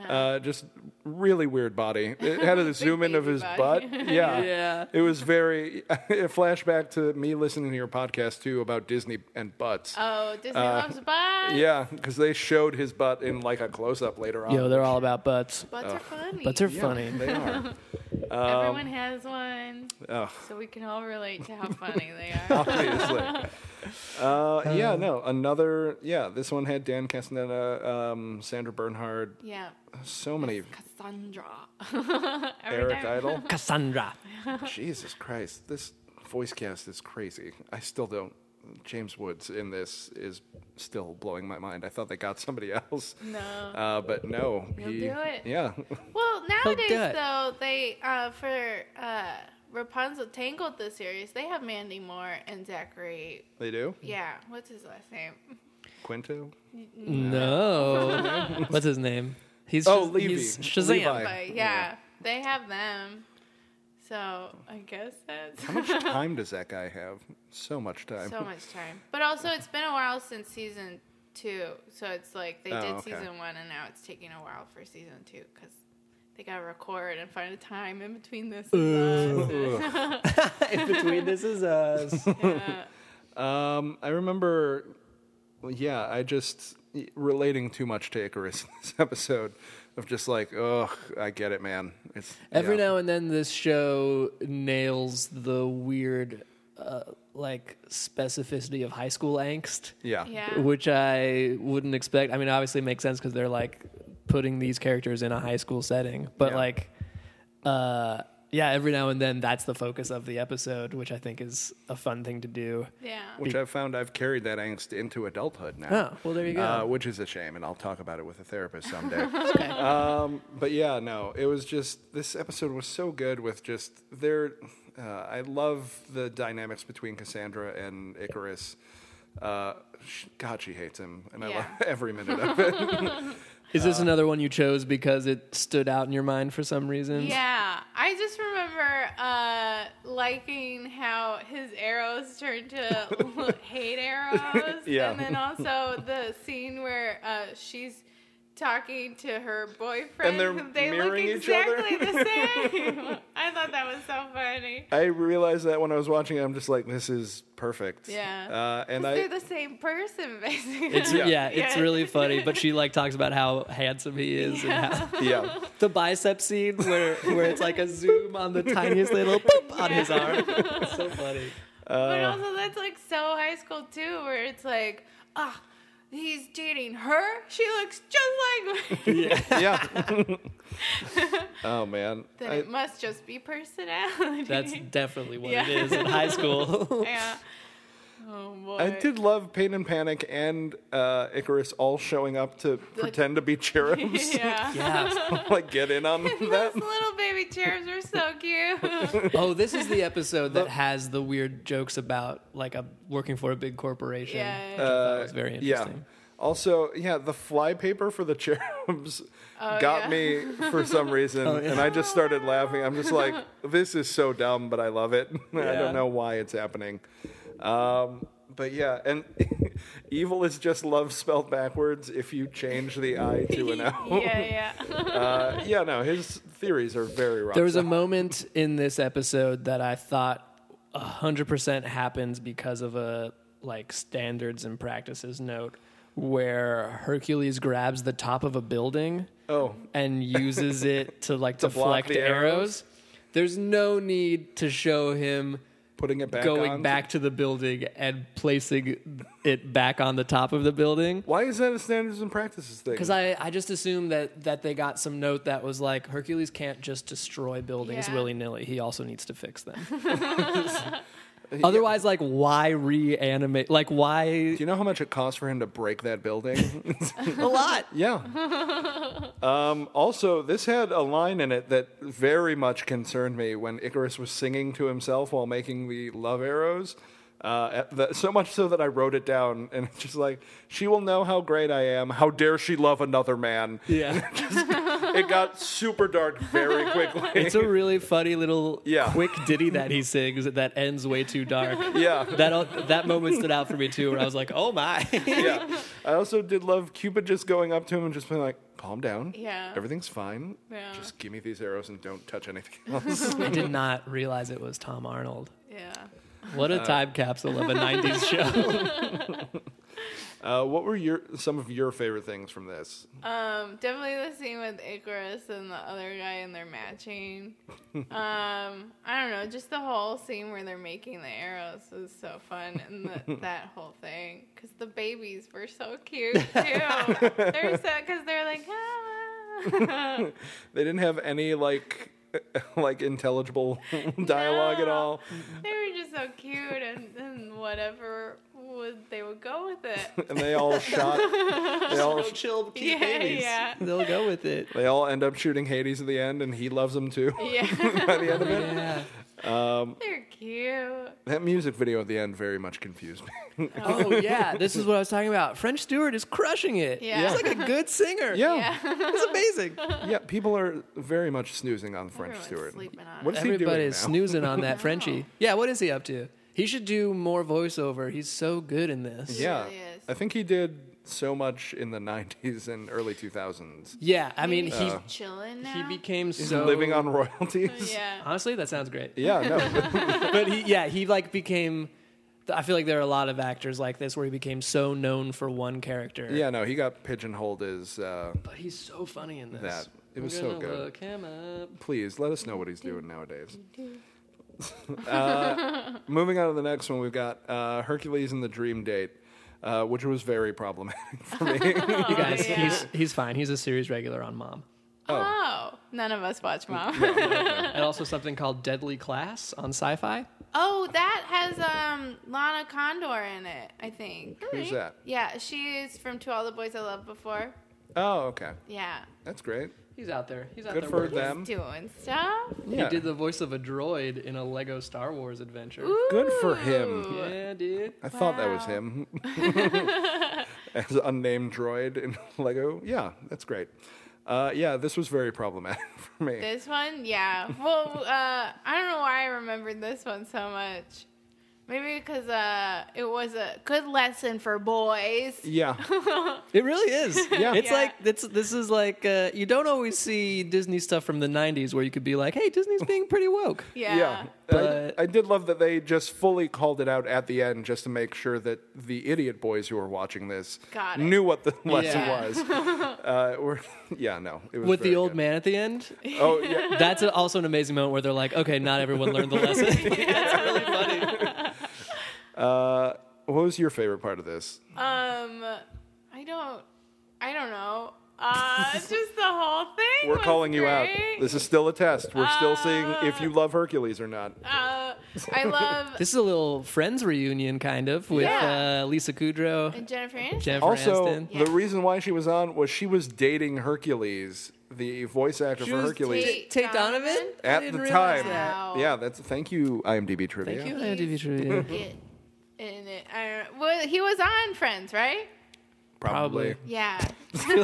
S4: Uh, just really weird body. It had a zoom in of
S5: baby
S4: his
S5: body.
S4: butt. Yeah.
S3: Yeah.
S4: It was very. It flashback to me listening to your podcast too about Disney and butts.
S5: Oh, Disney loves butt.
S4: Uh, Yeah, because they showed his butt in like a close up later on.
S3: Yo, they're all about butts.
S5: Butts
S4: Uh,
S5: are funny.
S3: Butts are
S4: Yeah,
S3: funny.
S4: They are.
S5: Everyone
S4: Um,
S5: has one,
S4: Ugh.
S5: so we can all relate to how funny they are.
S4: obviously. Uh, yeah, no, another. Yeah, this one had Dan Castaneda, um, Sandra Bernhard,
S5: Yeah.
S4: so many.
S5: Cassandra.
S4: Eric Idle.
S3: Cassandra.
S4: Jesus Christ, this voice cast is crazy. I still don't. James Woods in this is still blowing my mind. I thought they got somebody else.
S5: No.
S4: Uh, but no,
S5: He'll
S4: he,
S5: do it.
S4: Yeah,
S5: Well, nowadays
S3: do it.
S5: though, they uh, for uh, Rapunzel Tangled the series, they have Mandy Moore and Zachary.
S4: they do.
S5: Yeah, what's his last name?
S4: Quinto.
S3: No. What's his name? He's
S4: Oh,
S3: Shaz-
S4: Levy.
S3: he's Shazam.
S4: Levi.
S5: But yeah,
S4: Yeah.
S5: they have them. So I guess that's
S4: How much time does that guy have? So much time.
S5: so much time. But also, it's been a while since season two, so it's like they
S4: Oh,
S5: did
S4: okay.
S5: season one, and now it's taking a while for season two because they gotta record and find a time in between this. And us.
S3: In between this is uh, us.
S5: Yeah.
S4: Um, I remember, well, yeah, I just relating too much to Icarus in this episode of just like, ugh, I get it, man. It's
S3: Every
S4: yeah.
S3: now and then, this show nails the weird, uh, like specificity of high school angst,
S4: yeah,
S5: Yeah.
S3: which I wouldn't expect. I mean, obviously, it makes sense because they're like putting these characters in a high school setting, but
S4: Yeah.
S3: like, uh, yeah, every now and then, that's the focus of the episode, which I think is a fun thing to do.
S5: yeah.
S4: Which I've found I've carried that angst into adulthood now.
S3: Oh, well, there you go.
S4: Uh, which is a shame, and I'll talk about it with a therapist someday. um, but yeah, no, it was just this episode was so good with just their. Uh, I love the dynamics between Cassandra and Icarus. Uh, sh- God, she hates him, and I
S5: Yeah.
S4: love every minute of it.
S3: Is this another one you chose because it stood out in your mind for some reason?
S5: Yeah, I just remember uh, liking how his arrows turned to hate arrows.
S4: Yeah.
S5: And then also the scene where uh, she's talking to her
S4: And
S5: boyfriend.
S4: they're
S5: who they look
S4: mirroring each other?
S5: exactly the same. I thought that was so funny.
S4: I realized that when I was watching it, I'm just like, this is perfect.
S5: Yeah.
S4: Uh, and
S5: 'Cause they're
S4: I,
S5: the same person, basically.
S3: It's,
S4: Yeah.
S3: yeah. it's
S5: Yeah.
S3: really funny. But she like talks about how handsome he is and how
S4: yeah.
S3: the bicep scene where where it's like a zoom on the tiniest little boop on his arm. It's so funny.
S5: But
S4: Uh,
S5: also, that's like so high school too, where it's like, ah, he's dating her. She looks just like me.
S4: Yeah. oh, man.
S5: then
S4: I-
S5: it must just be personality.
S3: That's definitely what it
S5: Yeah.
S3: is in high school.
S5: yeah. Oh boy.
S4: I did love Pain and Panic and uh, Icarus all showing up to pretend to be cherubs.
S5: Yeah.
S3: yeah.
S4: like, get in on that.
S5: Those little baby cherubs are so cute.
S3: Oh, this is the episode that has the weird jokes about like a working for a big corporation.
S5: Yeah.
S3: which I thought was very
S4: Uh, Yeah.
S3: interesting.
S4: Also, yeah, the fly paper for the cherubs got
S5: yeah.
S4: me for some reason,
S3: Oh, yeah.
S4: and I just started laughing. I'm just like, this is so dumb, but I love it. I
S3: Yeah.
S4: don't know why it's happening. Um, but yeah, and evil is just love spelled backwards if you change the I to an O.
S5: yeah, yeah.
S4: Uh, yeah, no, his theories are very rough.
S3: There was a moment in this episode that I thought 100% happens because of a like standards and practices note where Hercules grabs the top of a building
S4: oh,
S3: and uses it to like
S4: To block
S3: deflect
S4: the
S3: arrows.
S4: arrows?
S3: There's no need to show him
S4: putting it back
S3: going
S4: on.
S3: back to the building and placing it back on the top of the building.
S4: Why is that a standards and practices thing?
S3: Because I, I just assumed that, that they got some note that was like Hercules can't just destroy buildings
S5: Yeah.
S3: willy nilly. He also needs to fix them. Otherwise, like why reanimate? Like why
S4: Do you know how much it costs for him to break that building?
S3: a lot?
S4: Yeah. um, also, this had a line in it that very much concerned me when Icarus was singing to himself while making the love arrows. Uh, at the, so much so that I wrote it down, and it's just like, she will know how great I am. How dare she love another man?
S3: Yeah,
S4: It got super dark very quickly.
S3: it's a really funny little
S4: Yeah.
S3: quick ditty that he sings that ends way too dark.
S4: yeah.
S3: That that moment stood out for me too, where I was like, oh my.
S4: yeah. I also did love Cupid just going up to him and just being like, calm down.
S5: Yeah.
S4: Everything's fine.
S5: Yeah.
S4: Just give me these arrows and don't touch anything else.
S3: I did not realize it was Tom Arnold.
S5: yeah.
S3: What a time capsule of a '90s show.
S4: uh, what were your some of your favorite things from this?
S5: Um, definitely the scene with Icarus and the other guy and they're matching. um, I don't know, just the whole scene where they're making the arrows is so fun, and the, that whole thing because the babies were so cute too. they're so because they're like. Ah.
S4: They didn't have any like like intelligible dialogue at
S5: No.
S4: all.
S5: they were just so cute, and, and whatever would they would go with it.
S4: And they all shot they all
S3: chill,
S5: Yeah, babies. yeah.
S3: They'll go with it.
S4: they all end up shooting Hades at the end and he loves them too.
S5: Yeah,
S4: By the end of it.
S3: Yeah.
S5: they're cute.
S4: That music video at the end very much confused me.
S3: Oh yeah, this is what I was talking about. French Stewart is crushing it.
S5: Yeah. Yeah.
S3: He's like a good singer.
S4: yeah.
S5: Yeah,
S3: It's amazing.
S4: yeah. People are very much snoozing on French
S5: Everyone's
S4: Stewart.
S5: sleeping on
S4: What is he doing
S3: Everybody is
S4: now?
S3: snoozing on that Frenchie. Yeah, what is he up to? He should do more voiceover. He's so good in this.
S4: Yeah.
S5: really is.
S4: I think he did so much in the 90s and early 2000s.
S3: Yeah, I mean,
S5: he's
S4: Oh.
S3: he
S5: chilling now.
S3: he became
S4: He's
S3: so
S4: living on royalties.
S5: yeah.
S3: Honestly, that sounds great.
S4: Yeah, no.
S3: but he, yeah, he like became. I feel like there are a lot of actors like this where he became so known for one character.
S4: yeah, no, he got pigeonholed as uh,
S3: but he's so funny in this.
S4: that. It
S3: I'm
S4: was so
S3: gonna
S4: good.
S3: Look him up.
S4: please let us know what he's doing nowadays. uh, moving on to the next one, we've got uh, Hercules and the Dream Date, uh, which was very problematic for me.
S3: You guys,
S5: Oh, yeah.
S3: he's he's fine. He's a series regular on Mom,
S4: oh,
S5: Oh, none of us watch Mom.
S3: and also something called Deadly Class on Sci-Fi.
S5: Oh, that has um Lana Condor in it, I think.
S4: who's that?
S5: Yeah, she is from To All the Boys I Loved Before.
S4: Oh, okay,
S5: Yeah.
S4: that's great.
S3: He's out there. He's out
S4: Good
S3: there.
S4: for
S3: working.
S4: them.
S5: Doing stuff.
S4: Yeah,
S3: He did the voice of a droid in a Lego Star Wars adventure.
S4: Good for
S5: Ooh.
S4: him.
S3: Yeah, dude.
S4: I thought that was
S5: Wow.
S4: him. As an unnamed droid in Lego. Yeah, that's great. Uh, yeah, this was very problematic for me.
S5: This one, yeah. Well, uh, I don't know why I remembered this one so much. Maybe because uh, it was a good lesson for boys.
S4: Yeah.
S3: It really is.
S4: Yeah.
S3: It's
S5: Yeah.
S3: like it's this is like uh, you don't always see Disney stuff from the '90s where you could be like, "Hey, Disney's being pretty woke."
S5: Yeah.
S3: But-
S4: I, I did love that they just fully called it out at the end just to make sure that the idiot boys who were watching this
S5: Got it.
S4: knew what the lesson
S5: Yeah.
S4: was. uh, we're, yeah, no. It was
S3: With the
S4: very
S3: old
S4: good.
S3: man at the end,
S4: Oh, yeah.
S3: that's a- also an amazing moment where they're like, "Okay, not everyone learned the lesson." that's really funny.
S4: Uh, what was your favorite part of this?
S5: Um, I don't, I don't know. Uh, just the whole thing.
S4: We're
S5: was
S4: calling you out.
S5: Oh, great.
S4: This is still a test. We're still seeing if
S5: Uh,
S4: you love Hercules or not.
S5: Uh, I love
S3: This is a little Friends reunion, kind of, with
S5: Yeah.
S3: uh, Lisa Kudrow,
S5: Jennifer Aniston.
S3: Jennifer
S4: Also,
S3: Aniston.
S5: Yeah.
S4: the reason why she was on was she was dating Hercules, the voice actor for Hercules.
S5: dating- Tate
S3: Tate Donovan.
S5: Donovan?
S3: I
S4: at
S3: didn't
S4: the
S3: realize
S4: time.
S3: that.
S5: Wow.
S4: Yeah, that's thank you, IMDb trivia.
S3: Thank you, IMDb trivia.
S5: Get in it. I don't, well, he was on Friends, right?
S4: Probably.
S5: Yeah,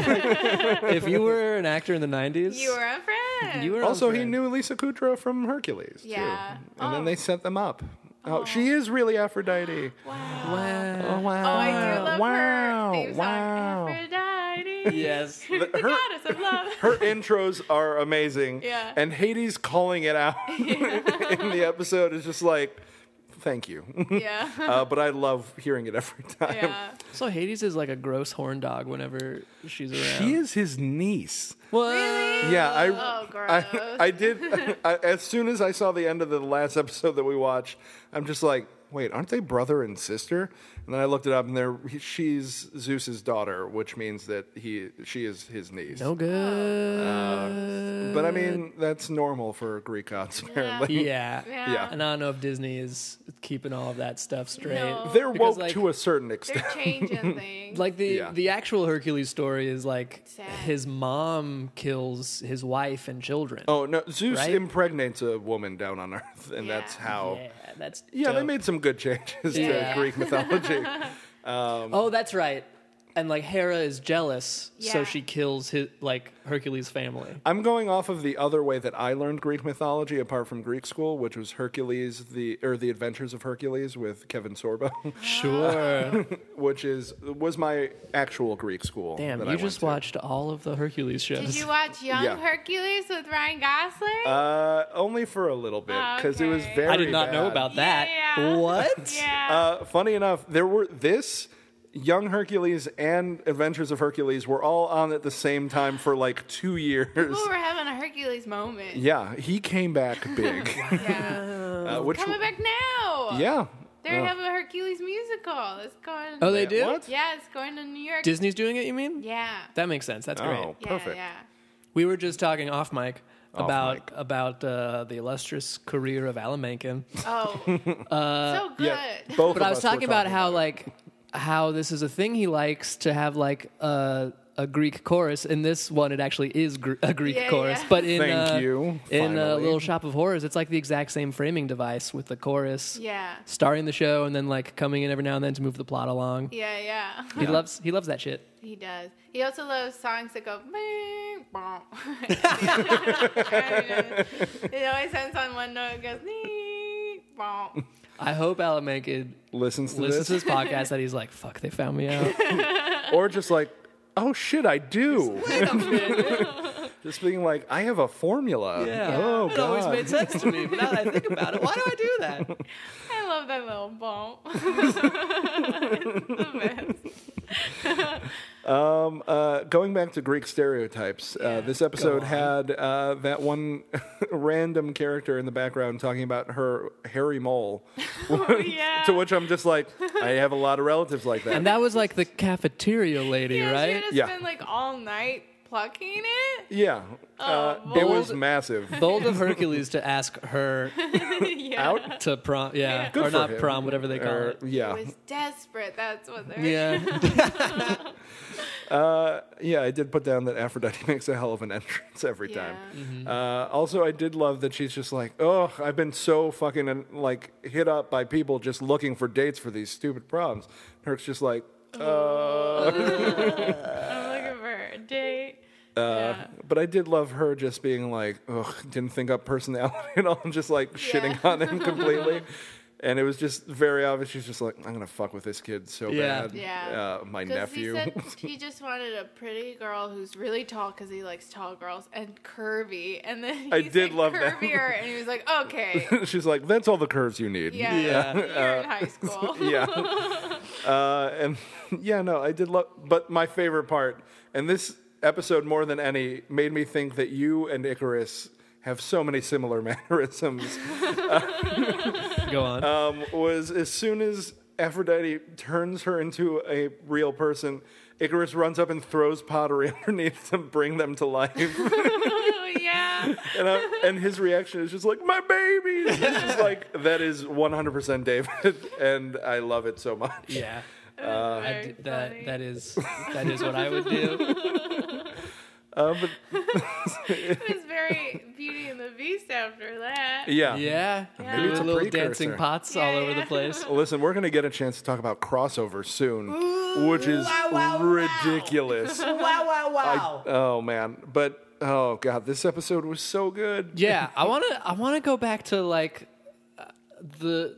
S3: if you were an actor in the '90s,
S5: you were on Friends.
S3: you were on
S4: Also, he
S3: Friends.
S4: knew Lisa Kudrow from Hercules. too.
S5: Yeah.
S4: And
S5: Oh.
S4: then they set them up. Oh, she is really Aphrodite.
S5: Wow.
S3: Wow.
S4: Oh, wow.
S5: Oh, I do love
S4: wow.
S5: her. theme song,
S4: Wow.
S5: Aphrodite.
S3: Yes.
S5: the
S4: her-
S5: goddess of love.
S4: Her intros are amazing.
S5: Yeah.
S4: And Hades calling it out in the episode is just like, thank you.
S5: yeah.
S4: Uh, but I love hearing it every time.
S5: yeah.
S3: So Hades is like a gross horn dog whenever she's around.
S4: She is his niece.
S3: Well,
S4: Yeah, I,
S5: Oh,
S4: I,
S5: gross.
S4: I did. I, as soon as I saw the end of the last episode that we watched, I'm just like, wait, aren't they brother and sister? And then I looked it up, and they're he- she's Zeus's daughter, which means that he she is his niece.
S5: Oh.
S3: No good.
S4: But I mean, that's normal for Greek gods, apparently.
S3: yeah.
S5: Yeah.
S3: And I don't know if Disney is keeping all of that stuff straight.
S5: No.
S4: They're
S3: Because,
S4: woke
S3: like-
S4: to a certain extent.
S5: They're changing things.
S3: Like the
S4: Yeah.
S3: the actual Hercules story is like
S5: Sad.
S3: his mom kills his wife and children.
S4: Oh no, Zeus
S3: Right?
S4: impregnates a woman down on Earth, and
S5: Yeah.
S4: that's how.
S3: yeah, that's
S4: Yeah, they
S3: dope.
S4: made some good changes
S3: Yeah.
S4: to Greek mythology.
S3: Oh, that's right. And like Hera is jealous, so
S5: Yeah.
S3: she kills his like Hercules family.
S4: I'm going off of the other way that I learned Greek mythology apart from Greek school, which was Hercules the or the Adventures of Hercules with Kevin Sorbo,
S3: Sure.
S4: which is was my actual Greek school.
S3: Damn,
S4: that I
S3: you
S4: went
S3: just
S4: to.
S3: watched all of the Hercules shows.
S5: Did you watch Young
S4: Yeah.
S5: Hercules with Ryan Gosling?
S4: Uh, only for a little bit because it was
S5: Okay.
S4: very.
S3: I did not know
S4: bad.
S3: about that.
S5: Yeah.
S3: What?
S5: yeah.
S4: Uh, funny enough, there were this. Young Hercules and Adventures of Hercules were all on at the same time for like two years.
S5: People were having a Hercules moment.
S4: uh, Yeah, he came back big.
S5: Yeah.
S4: uh, which,
S5: Coming back now.
S4: yeah, Uh.
S5: They
S4: Yeah.
S5: have a Hercules musical. It's going.
S3: Oh, they do?
S4: What?
S5: Yeah, it's going to New York.
S3: Disney's doing it, you mean?
S5: yeah.
S3: That makes sense. That's great.
S4: Oh,
S5: Yeah,
S4: perfect.
S5: yeah.
S3: We were just talking off mic
S4: Off
S3: about
S4: mic.
S3: about uh, the illustrious career of Alan Menken.
S5: Oh. so good.
S4: Uh, Yeah, both
S3: But
S4: of
S3: I was
S4: us were
S3: talking about how
S4: it.
S3: like how this is a thing he likes to have like a a Greek chorus. In this one, it actually is gr- a Greek
S5: Yeah,
S3: chorus.
S5: yeah.
S3: But in
S4: Thank
S3: uh,
S4: you,
S3: in uh,
S4: finally.
S3: Little Shop of Horrors, it's like the exact same framing device with the chorus
S5: Yeah.
S3: starting the show and then like coming in every now and then to move the plot along.
S5: Yeah, yeah.
S3: He loves he loves that shit.
S5: He does. He also loves songs that go bing, bong. it always ends on one note. It goes bing, bong.
S3: I hope Alan Menken
S4: listens to
S3: listens
S4: this,
S3: to this podcast that he's like, fuck, they found me out.
S4: or just like, oh shit, I do. just being like, I have a formula.
S3: Yeah.
S4: Oh
S3: it
S4: god.
S3: always made sense to me, but now that I think about it, why do I do that?
S5: I love that little bump. It's the best.
S4: Um, uh, going back to Greek stereotypes, uh, this episode had uh, that one random character in the background talking about her hairy mole.
S5: yeah.
S4: to which I'm just like, I have a lot of relatives like that.
S3: And that was like the cafeteria lady,
S5: yeah, She
S3: right?
S5: had to
S4: Yeah.
S5: spend like all night plucking it.
S4: yeah. Uh, it was massive.
S3: Oh, Bold of Hercules to ask her
S5: yeah.
S4: Out.
S3: to prom, yeah,
S4: Good
S3: or
S4: for
S3: not
S4: him. Er,
S3: prom, whatever they call
S4: Or-
S3: it.
S4: Yeah.
S5: Was desperate. That's what they're.
S3: Yeah,
S4: Uh, yeah, I did put down that Aphrodite makes a hell of an entrance every
S5: Yeah.
S4: time. Uh, also, I did love that she's just like, oh, I've been so fucking uh, like hit up by people just looking for dates for these stupid problems. Herc's just like, uh,
S5: I'm looking for a date.
S4: uh, but I did love her just being like, ugh, didn't think up personality at all, and just like shitting on him completely. And it was just very obvious. She's just like, I'm gonna fuck with this kid so
S3: Yeah.
S4: bad.
S5: Yeah.
S4: Uh, my
S5: 'Cause
S4: nephew.
S5: He said he just wanted a pretty girl who's really tall because he likes tall girls and curvy. And then he
S4: I
S5: said
S4: did love that.
S5: curvier, and he was like, okay,
S4: She's like, that's all the curves you need.
S5: yeah,
S3: Yeah.
S5: you're in high school.
S4: yeah. Uh, and yeah, no, I did love. But my favorite part, and this episode more than any, made me think that you and Icarus have so many similar mannerisms.
S3: Go on.
S4: um, was as soon as Aphrodite turns her into a real person, Icarus runs up and throws pottery underneath to bring them to life.
S5: Oh, yeah.
S4: and, I, and his reaction is just like, my baby! It's just like, that is 100% David, and I love it so much.
S3: yeah. I
S5: Very
S3: d- that
S5: funny.
S3: that is that is what I would do.
S4: Uh, but
S5: It was very Beauty and the Beast after that.
S4: yeah.
S3: Yeah,
S5: Maybe
S4: it's a
S3: little
S4: precursor.
S3: dancing pots all
S5: Yeah,
S3: over the
S5: yeah.
S3: place.
S4: Listen, we're going to get a chance to talk about crossover soon, which is ridiculous. wow, wow, wow. oh, man. But, oh, God, this episode was so good.
S3: Yeah, I want to I want to go back to like uh, the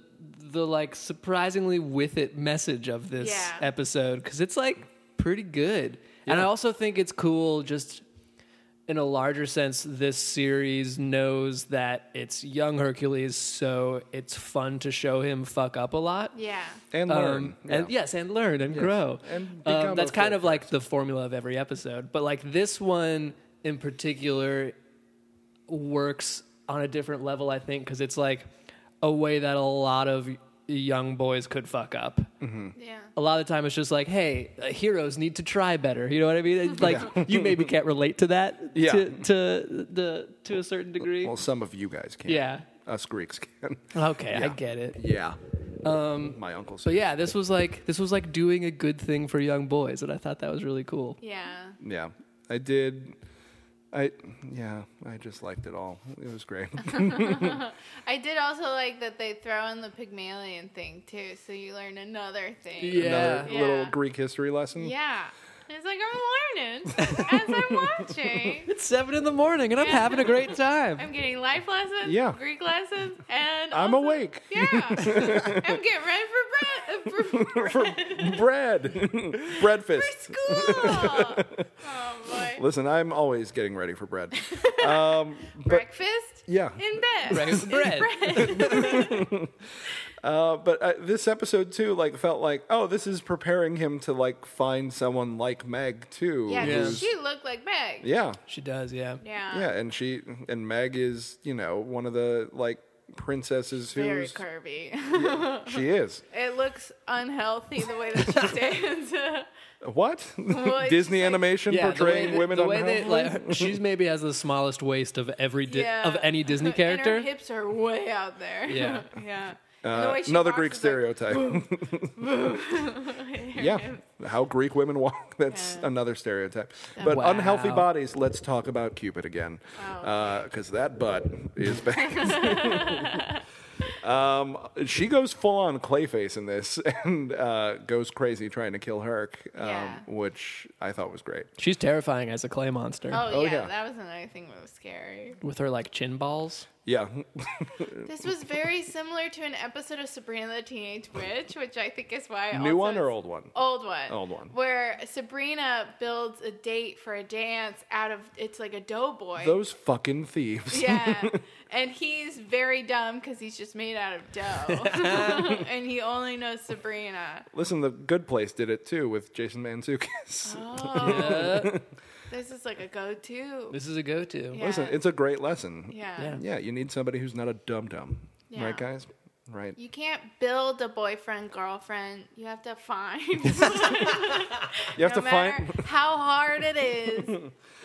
S3: the like surprisingly with it message of this
S5: Yeah.
S3: episode cuz it's like pretty good. And I also think it's cool just in a larger sense this series knows that it's young Hercules so it's fun to show him fuck up a lot.
S5: Yeah.
S4: And
S3: Um,
S4: learn.
S3: and yes, and learn and grow.
S4: and
S3: Um,
S4: become
S3: that's
S4: a
S3: kind
S4: full
S3: of like the formula of every episode, but like this one in particular works on a different level, I think, because it's like a way that a lot of young boys could fuck up.
S5: Yeah.
S3: A lot of the time, it's just like, hey, uh, heroes need to try better. You know what I mean? It's Like you maybe can't relate to that
S4: Yeah.
S3: to, to the to a certain degree.
S4: Well, some of you guys can.
S3: yeah.
S4: Us Greeks can.
S3: Okay, I
S4: Yeah.
S3: get it.
S4: Yeah. Um, My uncle.
S3: So yeah, this was like this was like doing a good thing for young boys, and I thought that was really cool.
S5: Yeah.
S4: Yeah. I did. I yeah. I just liked it all. It was great.
S5: I did also like that they throw in the Pygmalion thing too, so you learn another thing.
S4: Another
S5: Yeah.
S4: little
S5: Yeah.
S4: Greek history lesson.
S5: Yeah. It's like I'm learning as I'm watching.
S3: It's seven in the morning, and I'm having a great time.
S5: I'm getting life lessons,
S4: Yeah.
S5: Greek lessons, and
S4: I'm
S5: also-
S4: awake.
S5: Yeah, I'm getting ready for bread for, for
S4: For bread. Breakfast.
S5: school. oh boy,
S4: Listen, I'm always getting ready for bread.
S5: breakfast
S4: Yeah.
S5: in bed.
S3: Breakfast bread.
S4: Uh, but uh, this episode too, like, felt like, oh, this is preparing him to like find someone like Meg too.
S5: Yeah,
S4: who's-
S5: 'cause she Uh, looked like Meg.
S4: yeah.
S3: She does, yeah.
S5: Yeah,
S4: Yeah, and she and Meg is, you know, one of the like princesses
S5: very
S4: who's
S5: curvy.
S4: she is.
S5: it looks unhealthy the way that she stands.
S4: What?
S5: it's
S4: Disney
S5: like-
S4: animation portraying
S3: that-
S4: women
S3: the
S4: on
S3: way they, like, her- she's maybe has the smallest waist of every di-
S5: yeah,
S3: of any Disney
S5: And
S3: character.
S5: her hips are way out there.
S3: Yeah.
S5: yeah. And the way she
S4: Uh, Another
S5: walks
S4: Greek
S5: is like-
S4: stereotype. yeah, how Greek women walk. That's
S5: Yeah.
S4: another stereotype. But
S3: Wow.
S4: unhealthy bodies, let's talk about Cupid again. Because that butt is bad. um, she goes full on Clayface in this and uh, goes crazy trying to kill Herc, um,
S5: Yeah.
S4: which I thought was great.
S3: She's terrifying as a clay monster
S5: Oh,
S4: Oh,
S5: yeah,
S4: yeah.
S5: that was another thing that was scary.
S3: with her like chin balls.
S4: Yeah.
S5: This was very similar to an episode of Sabrina the Teenage Witch, which I think is why I
S4: New
S5: also- Oh,
S4: one or old one?
S5: Old one.
S4: Old one.
S5: Where Sabrina builds a date for a dance out of it's like a doughboy.
S4: Those fucking thieves.
S5: yeah, and he's very dumb because he's just made out of dough, and he only knows Sabrina.
S4: Listen, the Good Place did it too with Jason Mantzoukas.
S5: Oh,
S3: Uh,
S5: this is like a go-to.
S3: this is a go-to.
S5: Yeah.
S4: Listen, it's a great lesson.
S5: Yeah.
S3: Yeah.
S4: Yeah, you need somebody who's not a dum dum,
S5: Yeah.
S4: right, guys? Right.
S5: You can't build a boyfriend girlfriend. You have to find.
S4: You have to
S5: no matter
S4: find.
S5: how hard it is,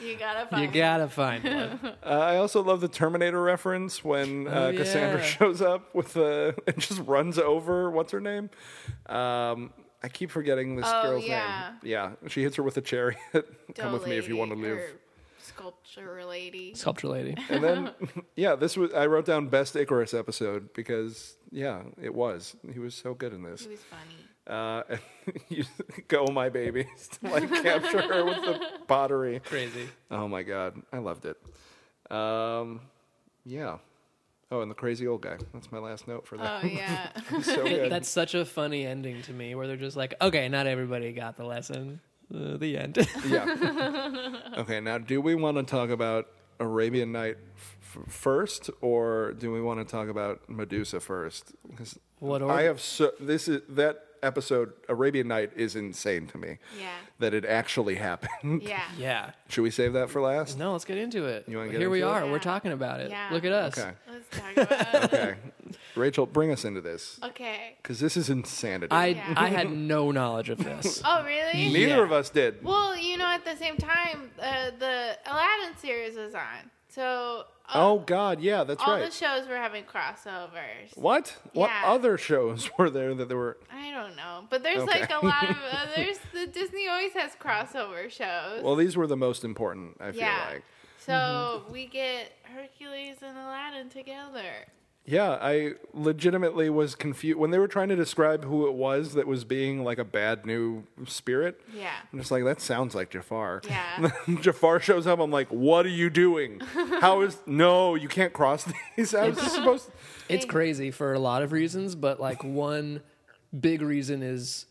S5: you gotta find.
S3: You gotta find one.
S4: Uh, I also love the Terminator reference when uh,
S3: Oh,
S4: Cassandra
S3: yeah.
S4: shows up with a and just runs over. What's her name? Um, I keep forgetting this
S5: Oh,
S4: girl's
S5: yeah.
S4: name. Yeah, she hits her with a chariot. Come
S5: Dough
S4: with me if you
S5: lady
S4: want to live.
S5: or Sculpture lady.
S3: Sculpture lady.
S4: And then, yeah, this was I wrote down best Icarus episode because yeah, it was. He was so good in this.
S5: It was funny.
S4: uh, and you go my babies to like capture her with the pottery.
S3: Crazy.
S4: Oh my god, I loved it. Um, yeah, Oh, and the crazy old guy. That's my last note for that.
S5: Oh yeah.
S4: so good.
S3: That's such a funny ending to me, where they're just like, okay, not everybody got the lesson. Uh, the end.
S4: yeah. okay, now do we want to talk about Arabian Night f- f- first, or do we want to talk about Medusa first? 'Cause
S3: What
S4: I
S3: order?
S4: have so this is that episode Arabian Night is insane to me.
S5: Yeah.
S4: That it actually happened.
S5: yeah.
S3: yeah.
S4: Should we save that for last?
S3: No, let's get into it.
S4: You wanna get
S3: Here we
S4: into it?
S3: are.
S5: Yeah.
S3: We're talking about it.
S5: Yeah.
S3: Look at us.
S4: Okay.
S5: Let's talk about.
S4: Okay. Rachel, bring us into this
S5: okay.
S4: because this is insanity.
S3: I
S5: Yeah.
S3: I had no knowledge of this.
S5: Oh really?
S4: Neither
S3: Yeah.
S4: of us did.
S5: Well, you know, at the same time, uh, the Aladdin series was on, so all,
S4: Oh God, yeah, that's
S5: all
S4: right.
S5: the shows were having crossovers.
S4: what? What
S5: Yeah.
S4: other shows were there that there were?
S5: I don't know, but there's
S4: Okay.
S5: like a lot of others. The Disney always has crossover shows.
S4: Well, these were the most important. I feel
S5: yeah.
S4: like.
S5: So we get Hercules and Aladdin together.
S4: Yeah, I legitimately was confused when they were trying to describe who it was that was being like a bad new spirit.
S5: Yeah.
S4: I'm just like, that sounds like Jafar.
S5: Yeah.
S4: Jafar shows up. I'm like, what are you doing? How is no? You can't cross these. I was just supposed.
S3: It's crazy for a lot of reasons, but like one big reason is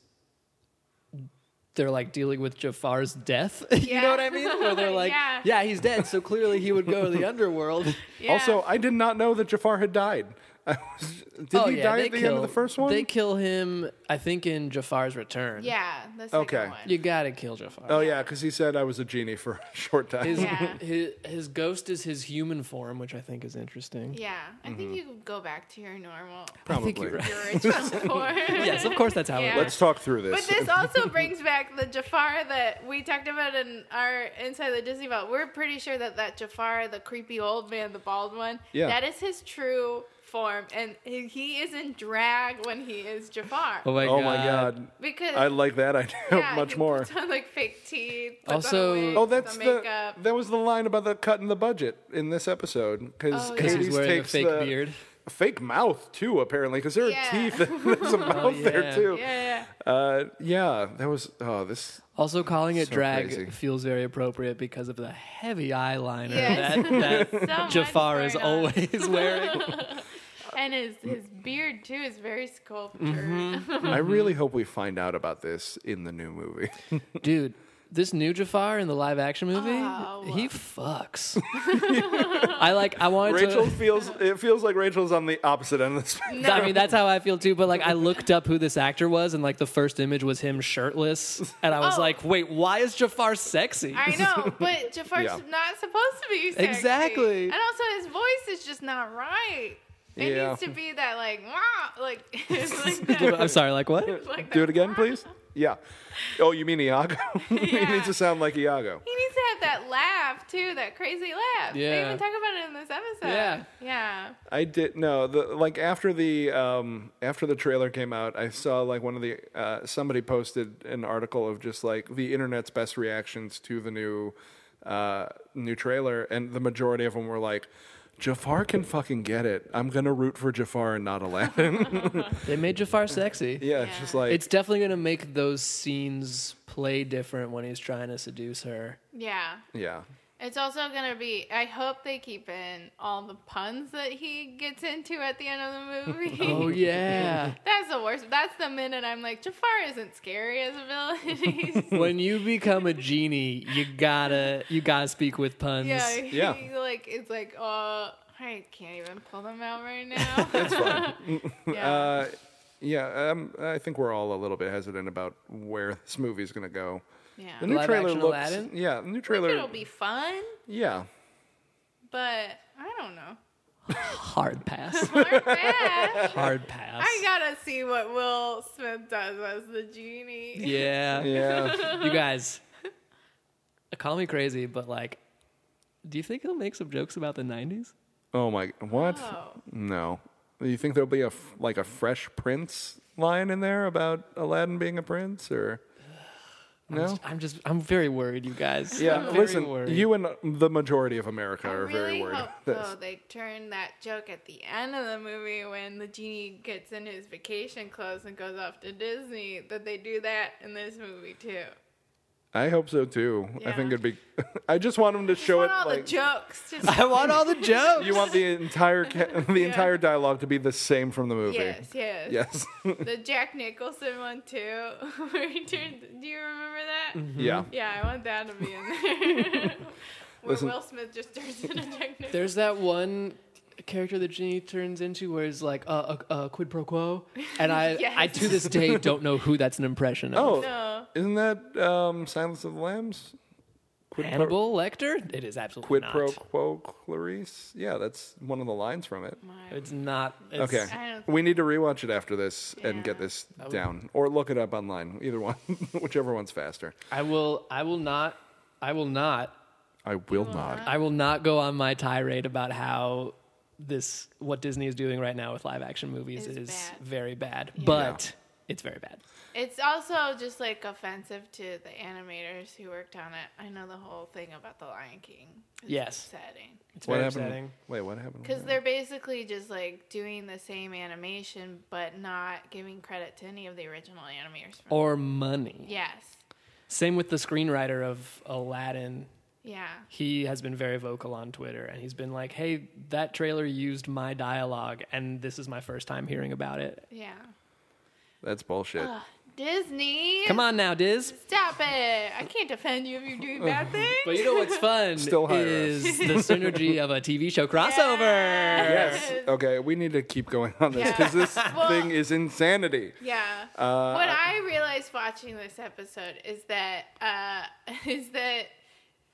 S3: they're like dealing with Jafar's death. you know what I mean? Where they're like,
S5: Yeah.
S3: yeah. he's dead, so clearly he would go to the underworld.
S5: Yeah.
S4: Also, I did not know that Jafar had died. I was, did
S3: oh
S4: he
S3: yeah,
S4: die
S3: they
S4: at the
S3: kill,
S4: end of the first one?
S3: They kill him, I think, in Jafar's return.
S5: yeah, the second
S4: Okay.
S5: one.
S3: you gotta kill Jafar.
S4: oh yeah, because he said I was a genie for a short time.
S3: His,
S5: Yeah.
S3: his his ghost is his human form, which I think is interesting.
S5: yeah, I
S4: Mm-hmm.
S5: think you could go back to your normal,
S3: I think
S4: Probably.
S3: you're right.
S5: your original form.
S3: yes, of course that's how
S5: Yeah.
S3: it
S4: Let's talk through
S5: But
S4: this.
S5: this also brings back the Jafar that we talked about in our Inside the Disney Vault. We're pretty sure that that Jafar, the creepy old man, the bald one,
S4: Yeah.
S5: that is his true form, and he- he is in drag when he is Jafar.
S3: my
S4: oh my god,
S5: because
S4: I like that idea
S5: yeah,
S4: much
S5: he
S4: more.
S5: puts on, like fake teeth.
S3: Also-
S4: Oh, that's
S5: the
S4: the,
S5: makeup.
S4: that was the line about the cut in the budget in this episode because
S5: Oh, yeah.
S3: Because
S4: Katie's
S3: he's wearing a
S4: takes
S3: fake
S4: the
S3: beard.
S4: fake mouth too apparently because there are
S5: Yeah.
S4: teeth and there's a mouth there
S3: Oh, yeah.
S4: too.
S5: yeah, yeah.
S4: Uh, yeah, that was oh this
S3: Also, calling it
S4: So
S3: drag
S4: crazy.
S3: feels very appropriate because of the heavy eyeliner
S5: Yes.
S3: that, that
S5: So much
S3: Jafar
S5: going
S3: is
S5: on.
S3: always wearing.
S5: and his his beard too is very sculptured.
S3: Mm-hmm.
S4: I really hope we find out about this in the new movie.
S3: Dude, this new Jafar in the live action movie,
S5: Oh.
S3: he fucks. I like. I wanted
S4: Rachel
S3: to.
S4: feels it feels like Rachel's on the opposite end of this.
S3: I mean, that's how I feel too. But like, I looked up who this actor was, and like the first image was him shirtless, and I was
S5: Oh.
S3: like, wait, why is Jafar sexy?
S5: I know, but Jafar's
S4: Yeah.
S5: not supposed to be sexy.
S3: Exactly.
S5: And also, his voice is just not right. It
S4: Yeah.
S5: needs to be that like, wah, like, it's like that.
S3: I'm sorry. Like what?
S5: like that
S4: Do it again,
S5: wah.
S4: please. Yeah. Oh, you mean Iago? he
S5: Yeah.
S4: needs to sound like Iago.
S5: He needs to have that laugh too, that crazy laugh. They
S3: Yeah.
S5: even talk about it in this episode.
S3: Yeah.
S5: Yeah.
S4: I did no the like after the um after the trailer came out, I saw like one of the uh, somebody posted an article of just like the internet's best reactions to the new uh new trailer, and the majority of them were like. Jafar can fucking get it. I'm gonna root for Jafar and not Aladdin.
S3: They made Jafar sexy.
S4: yeah, it's just like
S3: It's definitely going to make those scenes play different when he's trying to seduce her.
S5: Yeah.
S4: yeah,
S5: It's also gonna be. I hope they keep in all the puns that he gets into at the end of the movie.
S3: Oh yeah.
S5: That's the worst. That's the minute I'm like, Jafar isn't scary as a villain. He's-
S3: when you become a genie, you gotta you gotta speak with puns.
S5: yeah, he,
S4: Yeah.
S5: Like it's like, oh, I can't even pull them out right now.
S4: it's fine. Mm,
S5: yeah.
S4: Uh, yeah, um, I think we're all a little bit hesitant about where this movie's gonna go.
S5: yeah.
S4: The new
S3: Live
S4: trailer
S3: action
S4: looks.
S3: Aladdin?
S4: Yeah, the new
S5: I think
S4: trailer.
S5: it'll be fun,
S4: yeah,
S5: but I don't know.
S3: Hard pass.
S5: Or bad.
S3: Hard pass.
S5: I gotta see what Will Smith does as the genie.
S3: yeah.
S4: yeah.
S3: You guys, uh, call me crazy, but like, do you think he'll make some jokes about the '90s?
S4: Oh my! What?
S5: Oh.
S4: No. Do you think there'll be a f- like a Fresh Prince line in there about Aladdin being a prince or? No.
S3: I'm just I'm very worried, you guys. I'm
S4: Yeah.
S3: very
S4: Listen,
S3: worried.
S4: you and the majority of America
S5: I
S4: are very
S5: really
S4: worried.
S5: hope
S4: about
S5: though
S4: This.
S5: they turn that joke at the end of the movie when the genie gets in his vacation clothes and goes off to Disney that they do that in this movie too.
S4: I hope so too. I think
S5: Yeah.
S4: it'd be. I just want them to show it
S5: want all
S4: like
S5: the jokes. Just,
S3: I want all the jokes.
S4: you want the entire ca- the entire dialogue to be the same from the movie.
S5: yes, yes,
S4: Yes.
S5: The Jack Nicholson one too. Where he
S4: Mm-hmm.
S5: turned- Do you remember that?
S4: yeah.
S3: Mm-hmm.
S5: Yeah, I want that to be in there. Where
S4: Listen-
S5: Will Smith just turns into Jack Nicholson.
S3: There's that one character that Ginny turns into where it's like, uh, uh, uh quid pro quo. And I,
S5: Yes.
S3: I to this day don't know who that's an impression of.
S4: Oh,
S5: No.
S4: isn't that um, Silence of the Lambs? Quid pro-
S3: Hannibal Lecter? It is absolutely
S4: quid
S3: not.
S4: pro quo, Clarice. Yeah, that's one of the lines from it.
S3: It's not. It's,
S4: Okay,
S5: I don't-
S4: we need to rewatch it after this and
S5: Yeah.
S4: get this down, or look it up online. Either one, whichever one's faster.
S3: I will. I will not. I will not.
S4: I will not.
S3: I will not go on my tirade about how this what Disney is doing right now with live action movies
S5: Is
S3: is,
S5: bad.
S3: very bad. But it's very bad.
S5: It's also just like offensive to the animators who worked on it. I know the whole thing about the Lion King. is
S3: Yes. Mm-hmm.
S5: upsetting.
S3: It's
S4: What
S3: very
S4: happened?
S3: upsetting.
S4: Wait, what happened?
S5: Because they're basically just like doing the same animation, but not giving credit to any of the original animators. From
S3: Or money.
S5: yes,
S3: Same with the screenwriter of Aladdin.
S5: yeah,
S3: He has been very vocal on Twitter and he's been like, "Hey, that trailer used my dialogue and this is my first time hearing about it."
S5: yeah.
S4: That's bullshit.
S5: Disney,
S3: Come on now, Diz.
S5: stop it! I can't defend you if you're doing bad things.
S3: But you know what's fun
S4: Still hire us.
S3: is the synergy of a TV show crossover.
S4: Yes. Okay, we need to keep going on this because this thing is insanity. Uh,
S5: Yeah. what I realized watching this episode is that uh, is that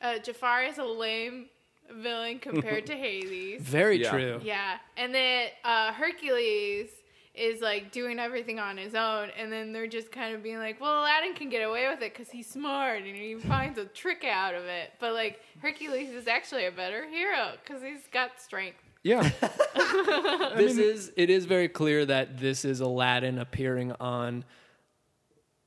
S5: uh, Jafar is a lame villain compared to Hades.
S3: Very
S4: Yeah.
S3: true.
S5: Yeah, and that uh, Hercules is like doing everything on his own, and then they're just kind of being like, "Well, Aladdin can get away with it because he's smart and he finds a trick out of it." But like Hercules is actually a better hero because he's got strength.
S4: Yeah.
S3: this is it is very clear that this is Aladdin appearing on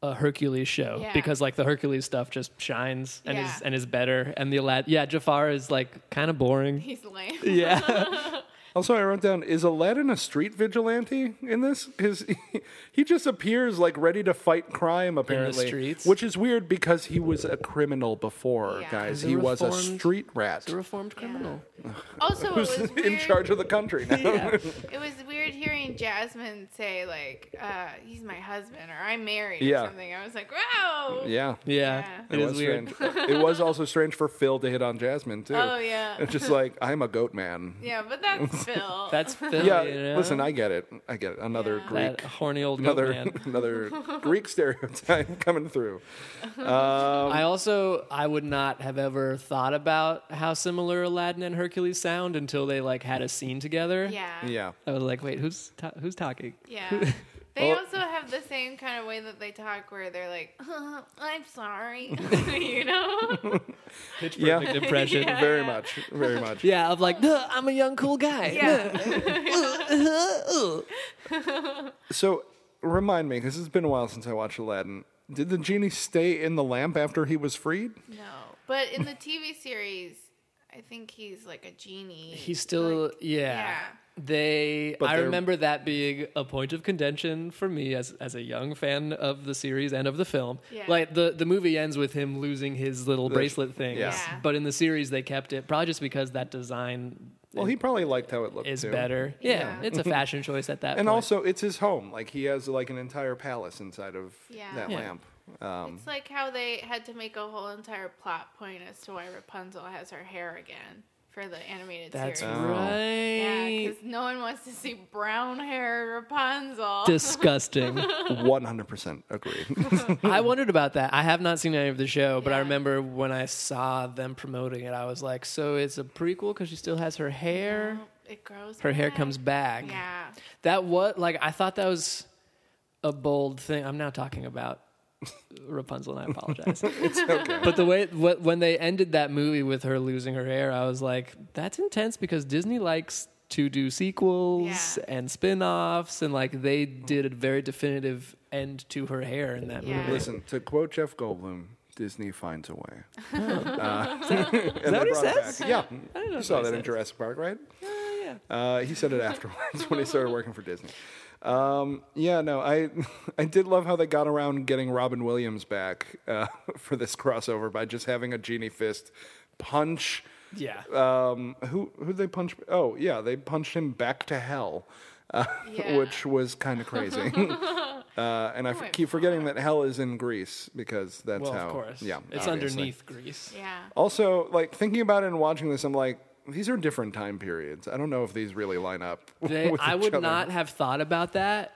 S3: a Hercules show
S5: Yeah.
S3: because like the Hercules stuff just shines and
S5: Yeah.
S3: is and is better and the Aladdin yeah Jafar is like kind of boring
S5: He's lame.
S3: yeah
S4: Also, I wrote down: Is Aladdin a street vigilante in this? His he just appears like ready to fight crime, apparently,
S3: streets?
S4: which is weird because he was a criminal before,
S5: Yeah.
S4: guys.
S3: He's a
S4: He was a
S3: reformed-
S4: street rat
S3: a reformed criminal
S5: Also, it
S4: who's
S5: was
S4: in
S5: weird-
S4: charge of the country now.
S5: It was weird hearing Jasmine say like, uh, "He's my husband" or "I'm married"
S4: Yeah.
S5: or something. I was like, "Wow."
S4: Yeah.
S3: yeah,
S5: Yeah.
S3: it is weird
S4: strange. it was also strange for Phil to hit on Jasmine too.
S5: Oh yeah.
S4: It's just like I'm a goat man.
S5: yeah, but that's Phil.
S3: that's Philly,
S4: Yeah,
S3: you know?
S4: listen, I get it. I get it. Another
S5: Yeah.
S4: Greek
S3: Oh, that horny old goat
S4: another
S3: man.
S4: another Greek stereotype coming through. Um,
S3: I also I would not have ever thought about how similar Aladdin and Hercules sound until they like had a scene together
S5: yeah.
S4: Yeah.
S3: I was like wait who's ta- who's talking
S5: Yeah. They
S4: Well-
S5: also have the same kind of way that they talk, where they're like, uh, "I'm sorry," you know.
S3: pitch
S4: Yeah.
S3: perfect impression
S5: Yeah.
S4: Very much. Very much.
S3: Yeah, of like, "Duh, I'm a young cool guy.
S5: Yeah.
S4: So remind me, because it's been a while since I watched Aladdin. Did the genie stay in the lamp after he was freed?
S5: no, but in the TV series, I think he's like a genie.
S3: He's still, yeah.
S5: yeah.
S3: They,
S4: But
S3: I
S4: they're-
S3: remember that being a point of contention for me as as a young fan of the series and of the film.
S5: Yeah.
S3: Like the the movie ends with him losing his little bracelet thing.
S4: yeah.
S5: Yeah.
S3: But in the series, they kept it probably just because that design
S4: Well, he probably liked how it looked.
S3: is
S4: too.
S3: better. Yeah,
S5: Yeah.
S3: it's a fashion choice at that.
S4: And
S3: point.
S4: also, it's his home. Like he has like an entire palace inside of
S5: Yeah.
S4: that
S5: Yeah.
S4: lamp. Um,
S5: It's like how they had to make a whole entire plot point as to why Rapunzel has her hair again for the animated
S3: that's
S5: series. Yeah,
S3: right.
S5: because no one wants to see brown hair Rapunzel.
S3: Disgusting.
S4: one hundred percent agree.
S3: I wondered about that. I have not seen any of the show, but I
S5: Yeah.
S3: remember when I saw them promoting it, I was like, "So it's a prequel because she still has her hair.
S5: it grows.
S3: Her hair
S5: back.
S3: comes back."
S5: Oh, Yeah.
S3: That what? Like I thought that was a bold thing. I'm now talking about Rapunzel, and I apologize.
S4: okay.
S3: but the way wh- when they ended that movie with her losing her hair, I was like, "That's intense," because Disney likes to do sequels
S5: Yeah.
S3: and spin-offs and like they did a very definitive end to her hair in that
S5: Yeah.
S3: movie.
S4: Listen to quote Jeff Goldblum. Disney finds a way. Uh, and
S3: that
S4: they
S3: what he
S4: brought it
S3: says?
S4: back. Yeah,
S3: I don't know
S4: you
S3: if
S4: saw
S3: I
S4: that
S3: said
S4: in Jurassic Park, right?
S3: that. Yeah.
S4: Uh, he said it afterwards when he started working for Disney. Um, yeah, no, I I did love how they got around getting Robin Williams back uh, for this crossover by just having a genie fist punch.
S3: Yeah.
S4: Um, who who they punch? Oh, yeah, they punched him back to hell, uh,
S5: Yeah. Oh
S4: which was kind of crazy. uh, and I f-
S5: my
S4: keep forgetting that hell is in Greece because that's
S3: well,
S4: how.
S3: of course.
S4: Yeah,
S3: It's
S4: obviously.
S3: underneath Greece.
S5: Yeah.
S4: Oh, Also, like thinking about it and watching this, I'm like, these are different time periods. I don't know if these really line up.
S3: They,
S4: with
S3: I
S4: each
S3: would
S4: other.
S3: not have thought about that,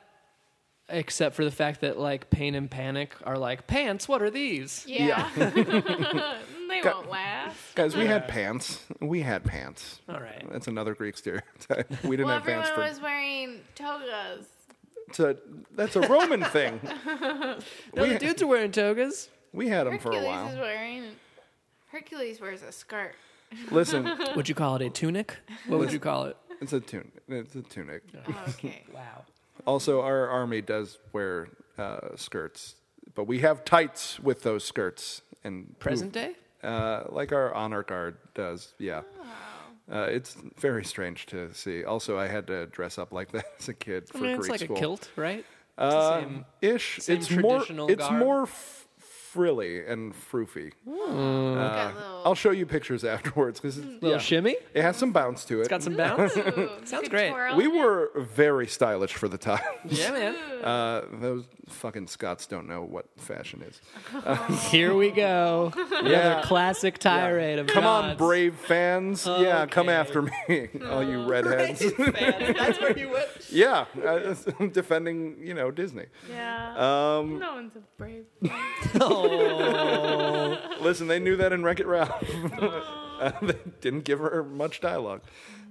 S3: except for the fact that like pain and panic are like pants. What are these?
S5: Yeah. they won't last.
S4: Guys, we had pants. We had pants.
S3: All right.
S4: That's another Greek stereotype. We didn't
S5: Well,
S4: have pants
S5: everyone
S4: for.
S5: was wearing togas.
S4: it's a- that's a Roman thing.
S3: No, the dudes are wearing togas.
S4: We had them for a
S5: Hercules is
S4: while.
S5: wearing. Hercules wears a skirt.
S4: Listen,
S3: Would you call it a tunic? What would you call it?
S4: it's a tunic. It's a tunic.
S5: Oh, okay.
S3: Wow.
S4: Also, our army does wear uh, skirts, but we have tights with those skirts. And
S3: Present day?
S4: uh, like our honor guard does. Yeah. Uh, it's very strange to see. Also, I had to dress up like that as a kid for
S3: I mean,
S4: Greek
S3: it's like
S4: school.
S3: a kilt, right?
S4: Uh,
S3: same-
S4: ish.
S3: same
S4: it's more.
S3: traditional
S4: It's
S3: garb.
S4: more f- frilly and froofy. Uh,
S5: Got
S4: I'll show you pictures afterwards because
S3: Little shimmy?
S4: it has some bounce to it.
S3: Mm. Got some bounce?
S5: little, ooh,
S3: Sounds
S5: good
S3: great.
S5: twirl.
S4: we were very stylish for the time.
S3: yeah, man.
S4: Uh, those fucking Scots don't know what fashion is.
S3: Here we go.
S4: Yeah.
S3: Classic tirade of
S4: Come on,
S3: gods.
S4: brave fans. Yeah, come
S3: Okay.
S4: after me, all you redheads.
S3: That's where you went.
S4: yeah, I- I'm defending, you know, Disney.
S5: Yeah.
S4: Um,
S5: no one's a brave.
S4: Listen, they knew that in Wreck It Ralph. Uh, they didn't give her much dialogue.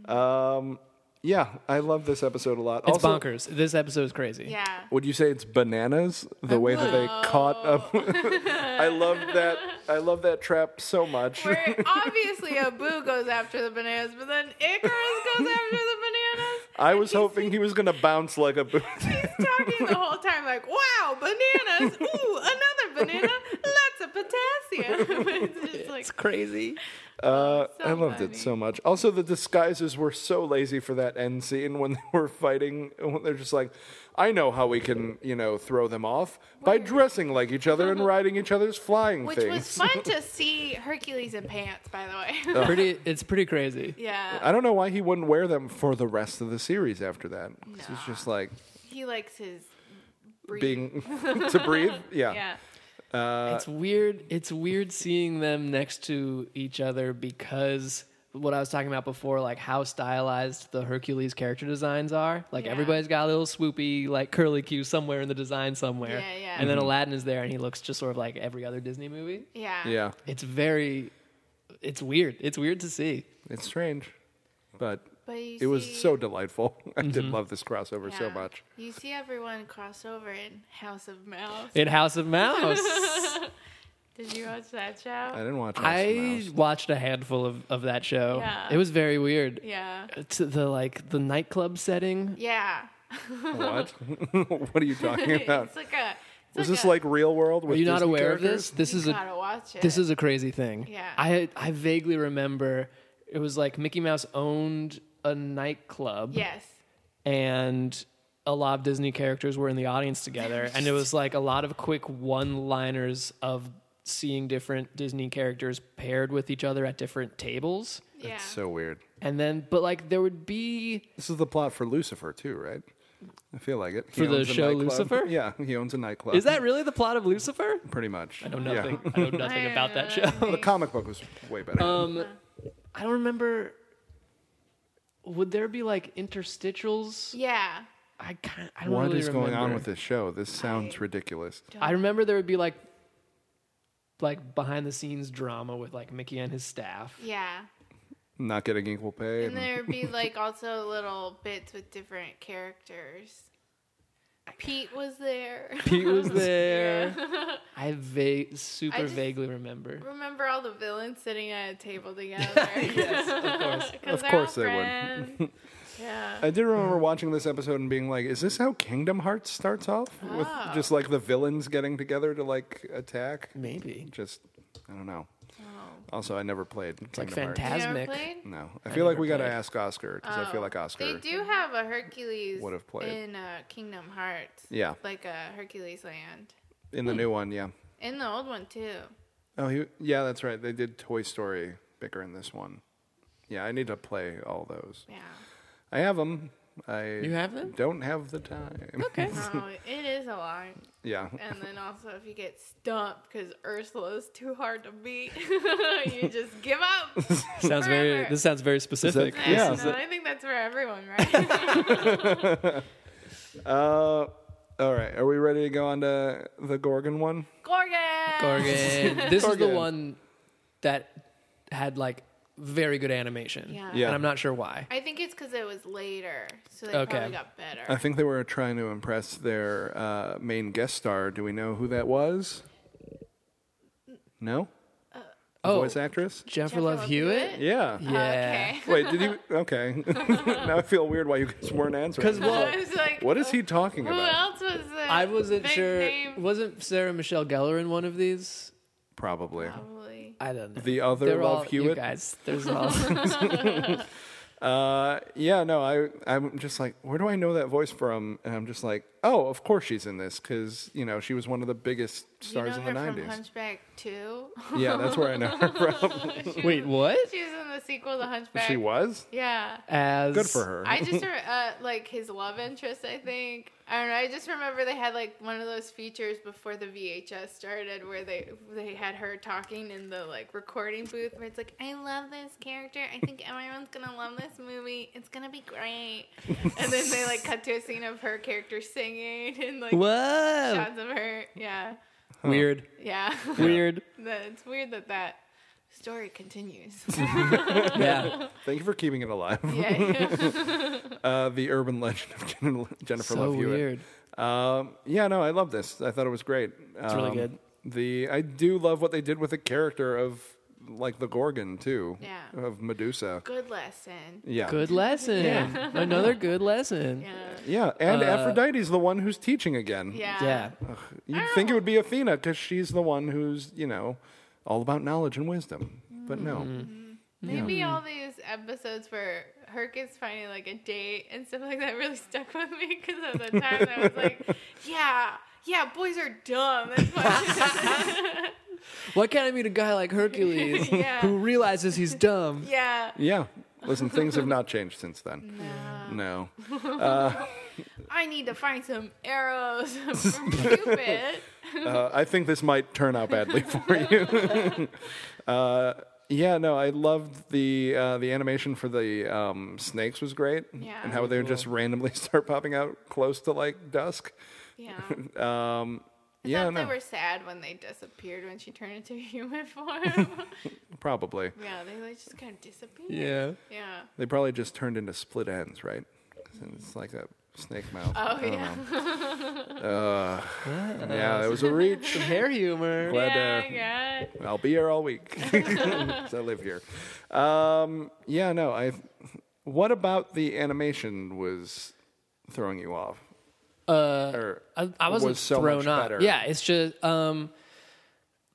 S4: Um, yeah, I love this episode a lot.
S3: It's
S4: also,
S3: bonkers. This episode is crazy.
S5: Yeah.
S4: Would you say it's bananas? The way that they caught up. I love that. I love that trap so much.
S5: Where obviously Abu goes after the bananas, but then Icarus goes after the bananas.
S4: I was hoping he was gonna bounce like a. boot.
S5: He's talking the whole time like, "Wow, bananas! Ooh, another banana! Lots of potassium!" it's just like
S3: It's crazy.
S4: Uh,
S5: So
S4: I loved
S5: funny.
S4: it so much. Also, the disguises were so lazy for that end scene when they were fighting. When they're just like, I know how we can, you know, throw them off by dressing like each other and riding each other's flying
S5: Which
S4: things.
S5: was fun to see Hercules in pants, by the way.
S3: Pretty. It's pretty crazy.
S5: yeah.
S4: I don't know why he wouldn't wear them for the rest of the series after that. 'Cause It's just like
S5: He likes his breed.
S4: being to breathe. Yeah.
S5: Yeah. Uh,
S3: it's weird. It's weird seeing them next to each other because what I was talking about before, like how stylized the Hercules character designs are. Like
S5: Yeah.
S3: everybody's got a little swoopy, like curly Q somewhere in the design somewhere.
S5: Yeah, yeah.
S3: And then Aladdin is there, and he looks just sort of like every other Disney movie.
S5: Yeah.
S4: Yeah.
S3: It's very. It's weird. It's weird to see.
S4: It's strange, but
S5: But you
S4: it was
S5: see-
S4: so delightful. I did love this crossover so
S5: Yeah.
S4: much.
S5: You see everyone cross over in House of Mouse.
S3: In House of Mouse.
S5: Did you watch that show?
S4: I didn't watch. House of
S3: I
S4: Mouse.
S3: watched a handful of, of that show.
S5: Yeah.
S3: It was very weird.
S5: yeah.
S3: It's the like the nightclub setting.
S5: Yeah.
S4: what? what are you talking about?
S5: it's like a. It's
S4: Was this like real world? With
S3: Are you not
S4: Disney
S3: aware of
S4: characters?
S3: this? This
S5: you
S3: is a
S5: gotta watch it.
S3: this is a crazy thing.
S5: Yeah.
S3: I I vaguely remember it was like Mickey Mouse owned a nightclub
S5: Yes.
S3: and a lot of Disney characters were in the audience together and it was like a lot of quick one-liners of seeing different Disney characters paired with each other at different tables.
S5: Yeah.
S4: It's so weird.
S3: And then but like there would be
S4: This is the plot for Lucifer too, right? I feel like it. He
S3: For the
S4: owns a
S3: show
S4: nightclub.
S3: Lucifer?
S4: Yeah, he owns a nightclub.
S3: Is that really the plot of Lucifer?
S4: pretty much? I
S3: know nothing. I know nothing about that show.
S4: The comic book was way better.
S3: Um, I don't remember. Would there be like interstitials?
S5: Yeah.
S3: I kind I don't
S4: what
S3: really
S4: is
S3: remember.
S4: going on with this show? This sounds ridiculous.
S3: I remember there would be like like behind the scenes drama with like Mickey and his staff.
S5: Yeah.
S4: Not getting equal pay.
S5: And there'd be like also little bits with different characters. Pete was there.
S3: Pete was there. I va- super
S5: I just-
S3: vaguely remember.
S5: Remember all the villains sitting at a table together? yes, of course.
S4: Of course they would.
S5: would. yeah.
S4: I did remember watching this episode and being like, "Is this how Kingdom Hearts starts off with
S5: Oh.
S4: just like the villains getting together to like attack?"
S3: Maybe
S4: Just I don't know.
S5: Oh.
S4: Also, I never played. It's
S3: like
S5: You
S3: fantastic.
S5: ever
S3: Asmic.
S5: played?
S4: No, I feel like
S3: never
S4: we got to
S3: played.
S4: ask Oscar because I feel like Oscar.
S5: Oh, They do have a Hercules
S4: would have played.
S5: in uh, Kingdom Hearts.
S4: Yeah.
S5: Like a Hercules land.
S4: in the new one. Yeah.
S5: In the old one too.
S4: Oh, he, yeah, that's right. They did Toy Story bigger in this one. Yeah, I need to play all those.
S5: Yeah.
S4: I have them. I
S6: You have them?
S4: Don't have the time.
S6: Okay.
S5: No, Oh, it is a lot.
S4: Yeah.
S5: And then also if you get stumped because Ursula is too hard to beat, you just give up.
S3: Sounds very.
S5: Forever.
S3: This sounds very specific.
S4: Yeah. Yeah.
S5: No, I think that's for everyone, right?
S4: Uh, all right. Are we ready to go on to the Gorgon one?
S5: Gorgon.
S3: Gorgon. This is the
S4: Gorgon.
S3: one that had like very good animation.
S5: Yeah.
S4: Yeah.
S3: And I'm not sure why.
S5: I think it's because it was later, so they
S3: Okay.
S5: probably got better.
S4: I think they were trying to impress their uh, main guest star. Do we know who that was? No.
S3: Oh,
S4: Voice actress.
S3: Jennifer Love Hewitt.
S4: Yeah.
S3: Yeah.
S5: Okay.
S4: Wait, did you? Okay. now I feel weird why you guys weren't answering.
S3: 'Cause, well,
S5: I was like,
S4: what is he talking
S5: Who
S4: about?
S5: else was it?
S3: I wasn't
S5: Big
S3: sure.
S5: Name?
S3: Wasn't Sarah Michelle Gellar in one of these?
S4: Probably.
S5: Probably.
S3: I don't know.
S4: The other
S3: They're
S4: Love
S3: all you
S4: Hewitt.
S3: guys. There's all.
S4: Uh, yeah, no, I I'm just like, where do I know that voice from? And I'm just like, oh, of course she's in this because you know she was one of the biggest
S5: You know
S4: stars
S5: her
S4: in the
S5: from
S4: '90s.
S5: Hunchback 2?
S4: yeah, that's where I know her from.
S3: Wait, what?
S5: She was in the sequel to Hunchback.
S4: she was
S5: Yeah.
S3: As
S4: good for her.
S5: I just re- uh, like his love interest. I think I don't know. I just remember they had like one of those features before the VHS started, where they they had her talking in the like recording booth, where it's like, "I love this character. I think everyone's gonna love this movie. It's gonna be great." and then they like cut to a scene of her character singing and like
S3: Whoa.
S5: shots of her. Yeah,
S3: Weird.
S5: yeah.
S3: Weird.
S5: That- it's weird that that story continues.
S3: Yeah.
S4: Thank you for keeping it alive.
S5: yeah.
S4: Uh, the urban legend of Jen- Jennifer
S3: so
S4: Love Hewitt.
S3: weird.
S4: Um, yeah, no, I love this. I thought it was great. It's
S3: really good.
S4: The I do love what they did with the character of like the Gorgon too.
S5: Yeah.
S4: Of Medusa.
S5: Good lesson.
S4: Yeah.
S3: Good lesson. Another good lesson.
S5: Yeah.
S4: Yeah, and
S3: Uh,
S4: Aphrodite's the one who's teaching again.
S5: Yeah.
S3: Yeah.
S4: You'd think it would be Athena because she's the one who's, you know, all about knowledge and wisdom. But no.
S3: Mm-hmm.
S5: Maybe all these episodes where Herc is finding like a date and stuff like that really stuck with me because at the time I was like, yeah, yeah, boys are dumb. That's why.
S3: Why can't I meet a guy like Hercules
S5: Yeah.
S3: who realizes he's dumb?
S5: yeah.
S4: Yeah. Listen, things have not changed since then. No.
S5: I need to find some arrows from Cupid.
S4: Uh, I think this might turn out badly for you. uh, yeah, no, I loved the uh, the animation for the um, snakes was great,
S5: Yeah.
S4: and how they would just randomly start popping out close to like dusk.
S5: Yeah. I
S4: Um, yeah,
S5: thought
S4: no,
S5: they were sad when they disappeared when she turned into human form.
S4: probably
S5: yeah, they like just kind of disappeared.
S3: Yeah.
S5: Yeah.
S4: they probably just turned into split ends, right? 'Cause It's like a snake mouth.
S5: Oh,
S4: I don't
S5: yeah.
S4: know. Uh, yeah, it was a reach.
S3: Hair humor.
S4: Glad uh,
S5: Yeah,
S4: to-
S5: yeah.
S4: I'll be here all week. 'Cause I live here. Um, yeah, no. I. What about the animation was throwing you off?
S3: Uh,
S4: Or
S3: I, I wasn't
S4: was so
S3: thrown
S4: much
S3: off.
S4: better.
S3: Yeah, it's just um,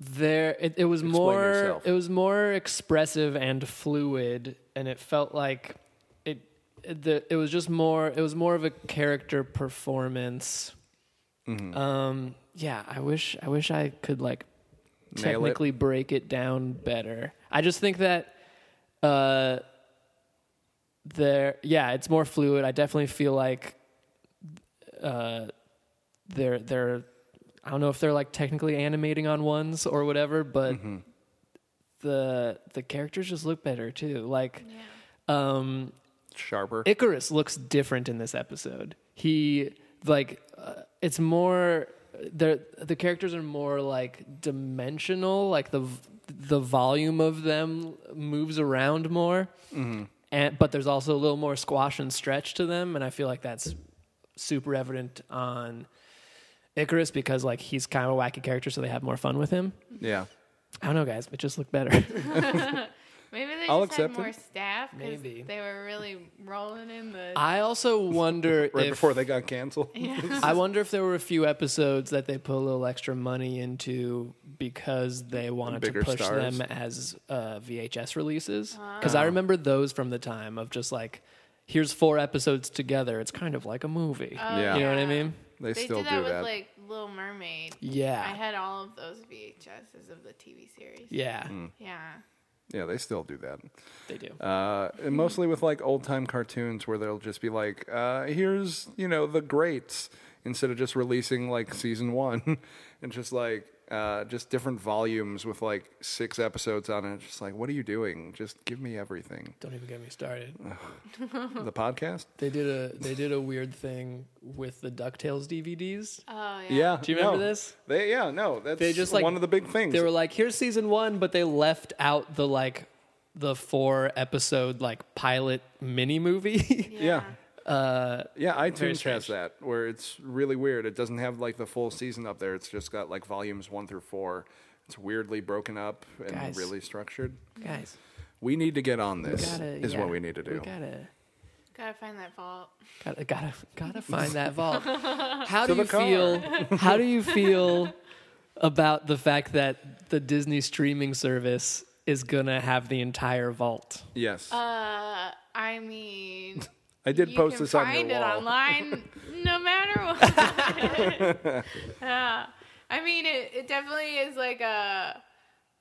S3: there. It, it was more.
S4: yourself.
S3: It was more expressive and fluid, and it felt like it. it- The it was just more. It was more of a character performance. Um. Yeah. I wish. I wish I could like
S4: Nail it.
S3: technically break it down better. I just think that. Uh. There. Yeah. It's more fluid. I definitely feel like uh, they're they're I don't know if they're like technically animating on ones or whatever, but
S4: Mm-hmm.
S3: the the characters just look better too. Like um
S4: sharper.
S3: Icarus looks different in this episode. He like uh, it's more the the characters are more like dimensional. Like the v- the volume of them moves around more, and but there's also a little more squash and stretch to them, and I feel like that's super evident on Icarus because like he's kind of a wacky character, so they have more fun with him.
S4: yeah.
S3: I don't know, guys, it just looked better.
S5: Maybe they
S4: I'll
S5: just had
S4: accept it.
S5: more staff because
S3: Maybe.
S5: they were really rolling in the.
S3: I also wonder
S4: Right
S3: if
S4: before they got canceled.
S3: I wonder if there were a few episodes that they put a little extra money into because they wanted to
S4: bigger
S3: push
S4: stars.
S3: them as uh, VHS releases. Because I remember those from the time of just like, here's four episodes together. It's kind of like a movie.
S4: Yeah.
S3: You know what I mean?
S4: They,
S5: They
S4: still
S5: did that
S4: do
S5: with
S4: that.
S5: like Little Mermaid.
S3: Yeah.
S5: I had all of those VHSs of the TV series.
S3: yeah,
S4: Hmm.
S5: Yeah.
S4: yeah, they still do that.
S3: they do.
S4: Uh, and mostly with like old time cartoons where they'll just be like, uh, here's, you know, the greats instead of just releasing like season one and just like, uh, just different volumes with like six episodes on it. Just like, what are you doing? Just give me everything.
S3: Don't even get me started.
S4: The podcast?
S3: They did a they did a weird thing with the Ducktales DVDs.
S5: Oh yeah.
S4: Yeah.
S3: Do you remember
S4: no.
S3: this?
S4: They, yeah, no, that's
S3: They just like
S4: one of the big things.
S3: They were like, "Here's season one," but they left out the like the four episode like pilot mini movie.
S4: yeah.
S3: uh,
S4: Yeah, iTunes has
S3: strange.
S4: that where it's really weird. It doesn't have like the full season up there. It's just got like volumes one through four. It's weirdly broken up and
S3: Guys.
S4: really structured.
S3: guys,
S4: We need to get on this.
S3: gotta,
S4: is
S3: yeah,
S4: what we need to do.
S3: We gotta
S5: Gotta find that vault.
S3: gotta gotta gotta find that vault. How do
S4: the
S3: you feel? How do you feel about the fact that the Disney streaming service is gonna have the entire vault?
S4: yes,
S5: Uh, I mean,
S4: I did
S5: you
S4: post
S5: can
S4: this on your
S5: find it
S4: wall.
S5: online, no matter what. yeah. I mean, it, it definitely is like a.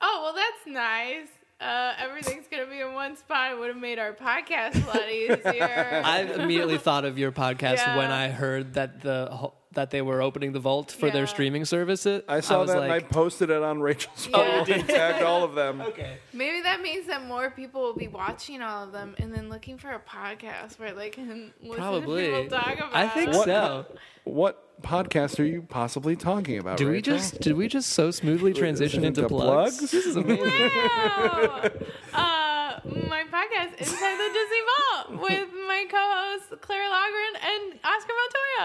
S5: Oh well, that's nice. Uh, everything's gonna be in one spot. It would have made our podcast a lot easier.
S3: I immediately thought of your podcast
S5: Yeah.
S3: when I heard that the ho- that they were opening the vault for
S5: Yeah.
S3: their streaming service.
S4: I saw
S3: was
S4: that and I
S3: like,
S4: posted it on Rachel's
S5: Oh, you
S4: wall and tagged all of them.
S3: okay.
S5: Maybe that means that more people will be watching all of them and then looking for a podcast where they can listen
S3: Probably.
S5: to people talk about.
S3: I think
S5: it.
S4: What-
S3: so.
S4: What podcast are you possibly talking about?
S3: Do we
S4: Rachel?
S3: just did we just so smoothly transition into,
S4: into
S3: plugs?
S4: plugs?
S3: This is amazing.
S5: Wow. uh, my podcast inside the Disney Vault with my co-hosts Claire Logren and Oscar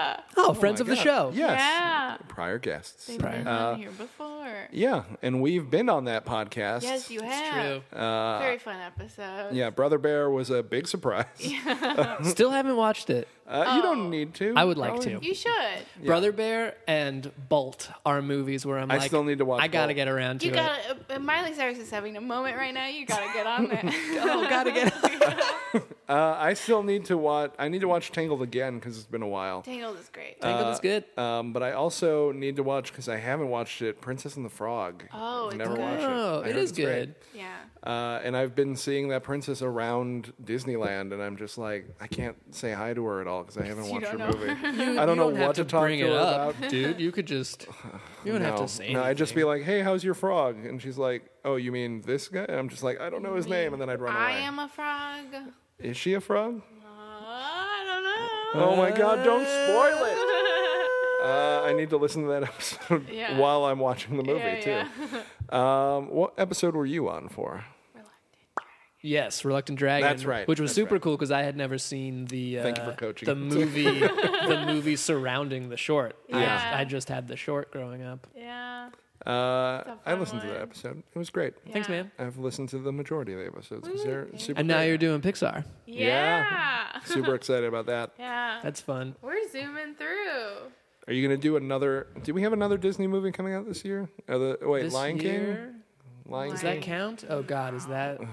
S5: Montoya.
S3: oh, friends
S4: Oh
S3: of
S4: my
S3: the show.
S4: God. Yes.
S5: Yeah,
S4: Prior guests.
S5: they've been
S3: Right.
S5: on here before.
S4: Yeah, and we've been on that podcast.
S5: Yes, you
S3: It's
S5: have.
S3: true.
S5: Very fun episode.
S4: Uh, Yeah, Brother Bear was a big surprise.
S3: Still haven't watched it.
S4: Uh, You
S5: Oh.
S4: don't need to.
S3: I would like to.
S5: You should.
S3: Brother Bear and Bolt are movies where I'm
S4: I
S3: like,
S4: still need to watch
S3: I gotta
S4: Bolt.
S3: get around to
S5: You
S3: it.
S5: got uh, Miley Cyrus is having a moment right now. You gotta get on that.
S3: oh, gotta get.
S4: Uh, I still need to watch. I need to watch Tangled again because it's been a while.
S5: Tangled is great.
S4: Uh,
S3: Tangled is good.
S4: Um, but I also need to watch because I haven't watched it. Princess and the Frog.
S5: Oh, it's
S4: never
S5: good.
S4: watched it.
S3: Oh,
S4: I
S3: it
S4: heard
S3: is
S4: it's great.
S3: good.
S5: yeah.
S4: Uh, and I've been seeing that princess around Disneyland, and I'm just like, I can't say hi to her at all because I haven't watched her
S5: don't know
S4: movie. I don't
S3: You
S4: know
S3: don't
S4: what
S3: have
S4: to,
S3: to,
S4: talk
S3: bring
S4: to
S3: it
S4: her
S3: up,
S4: about.
S3: dude. You could just. You don't have
S4: No,
S3: to say.
S4: no, I'd just
S3: anything.
S4: be like, "Hey, how's your frog?" And she's like, "Oh, you mean this guy?" And I'm just like, "I don't know his name," and then I'd run
S5: I
S4: away.
S5: am a frog.
S4: Is she a frog?
S5: Uh, I don't know.
S4: Oh my god, don't spoil it. Uh, I need to listen to that episode
S5: Yeah.
S4: while I'm watching the movie
S5: Yeah,
S4: too. Um, what episode were you on for?
S3: Yes, Reluctant Dragon.
S4: That's right,
S3: Which was
S4: that's
S3: super
S4: right.
S3: cool because I had never seen the uh,
S4: Thank you for coaching.
S3: the movie the movie surrounding the short. I,
S5: Yeah.
S3: just, I just had the short growing up.
S5: Yeah.
S4: Uh, I
S5: fun
S4: listened to
S5: one.
S4: that episode. It was great.
S3: Thanks,
S5: Yeah.
S3: man.
S4: I've listened to the majority of the episodes because they're super.
S3: And now
S4: great.
S3: you're doing Pixar.
S5: Yeah.
S4: Yeah. super excited about that.
S5: Yeah.
S3: That's fun.
S5: We're zooming through.
S4: Are you gonna do another? Do we have another Disney movie coming out this year? Uh, the, wait,
S3: This
S4: Lion King.
S3: year-
S4: Lion
S3: Does
S4: King.
S3: that count? Oh God, is that?
S5: No.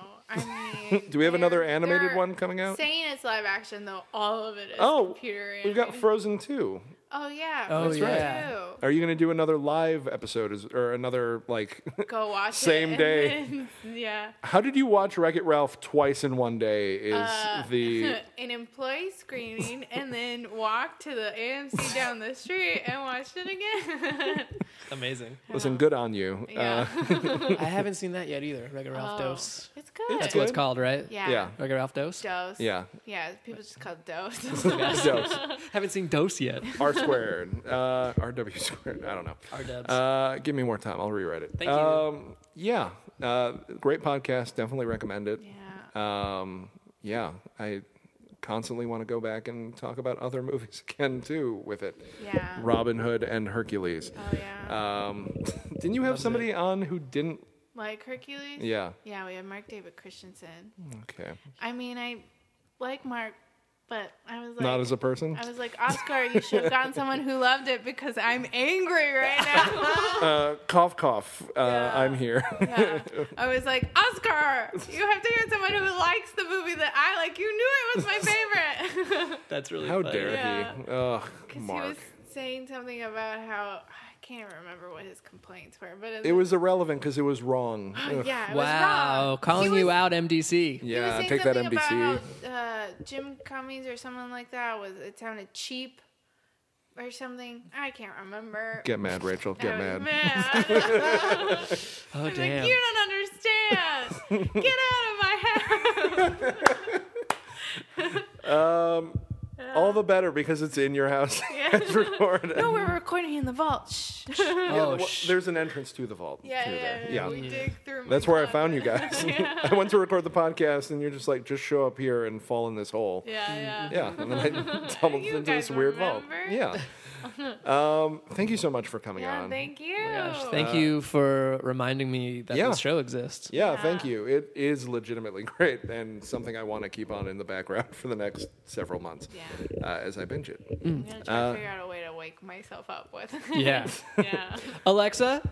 S5: I mean,
S4: Do we have another
S5: they're-
S4: animated
S5: they're
S4: one coming out?
S5: Saying it's live action, though, all of it is
S4: Oh,
S5: computer.
S4: We've got
S5: animated.
S4: Frozen two.
S5: oh yeah.
S3: Oh,
S5: Frozen
S3: yeah.
S5: two.
S4: Are you gonna do another live episode is- or another like?
S5: Go watch
S4: Same
S5: it. and
S4: day.
S5: then- yeah.
S4: How did you watch Wreck It Ralph twice in one day? Is
S5: Uh,
S4: the
S5: An employee screening, and then walk to the AMC down the street and watched it again.
S3: Amazing.
S4: listen good on you?
S5: yeah.
S4: Uh,
S3: I haven't seen that yet either. Wreck-It Ralph
S5: Oh,
S3: Dose.
S5: It's good.
S3: That's
S4: good.
S3: what it's called, right?
S5: Yeah.
S4: yeah,
S3: Wreck-It Ralph Dose.
S5: Dose.
S4: yeah.
S5: Yeah. People just call it dose.
S4: Dose.
S3: Haven't seen Dose yet.
S4: R squared, uh, RW squared. I don't know.
S3: Our dubs.
S4: Uh, give me more time. I'll rewrite it.
S3: Thank you.
S4: um, Yeah, uh, great podcast. Definitely recommend it.
S5: yeah.
S4: Um, yeah, I constantly want to go back and talk about other movies again too with it.
S5: Yeah.
S4: Robin Hood and Hercules.
S5: Oh yeah.
S4: Um, didn't you have somebody on who didn't?
S5: like Hercules.
S4: Yeah. Hmm.
S5: Yeah, we have Mark David Christensen.
S4: Okay.
S5: I mean, I like Mark, But I was like,
S4: Not as a person.
S5: I was like, Oscar, you should have gotten someone who loved it because I'm angry right now.
S4: Uh, cough, cough. Uh,
S5: Yeah.
S4: I'm here.
S5: Yeah. I was like, Oscar, you have to get someone who likes the movie that I like. You knew it was my favorite.
S3: That's really
S4: How
S3: funny.
S4: dare
S5: Yeah.
S4: he? Ugh,
S5: Because he
S4: Mark.
S5: was saying something about how I can't remember what his complaints were, but
S4: It was irrelevant because it was wrong. Ugh.
S5: yeah, it was
S3: Wow,
S5: wrong.
S3: calling
S5: He was-
S3: you out, MDC.
S5: he was
S4: Yeah,
S5: saying
S4: take that
S5: something about
S4: NBC.
S5: how, uh, Jim Cummings or someone like that was it sounded cheap or something. I can't remember.
S4: Get mad, Rachel. Get
S5: I was
S4: mad.
S5: mad.
S3: Oh
S5: I'm
S3: damn.
S5: like, you don't understand. Get out of my house.
S4: All the better because it's in your house. it's recorded.
S5: No, we're recording in the vault. Shh. yeah,
S3: oh,
S4: Well,
S3: sh-
S4: there's an entrance to the vault.
S5: yeah,
S4: through
S5: yeah,
S4: there.
S5: yeah. We dig through. my
S4: That's where I
S5: closet.
S4: found you guys. I went to record the podcast, and you're just like, just show up here and fall in this hole.
S5: Yeah, yeah.
S4: Mm-hmm. Yeah, and then I tumbled
S5: You
S4: into this
S5: guys
S4: weird
S5: remember?
S4: vault. Yeah. Um, thank you so much for coming
S5: Yeah,
S4: on.
S5: thank you.
S3: gosh, thank you for reminding me that
S4: yeah.
S3: this show exists.
S4: yeah, thank you. It is legitimately great and something I want to keep on in the background for the next several months
S5: Yeah.
S4: uh, as I binge it.
S5: I'm gonna try
S4: Uh,
S5: to figure out a way to wake myself up with.
S3: Yeah.
S5: yeah.
S3: Alexa,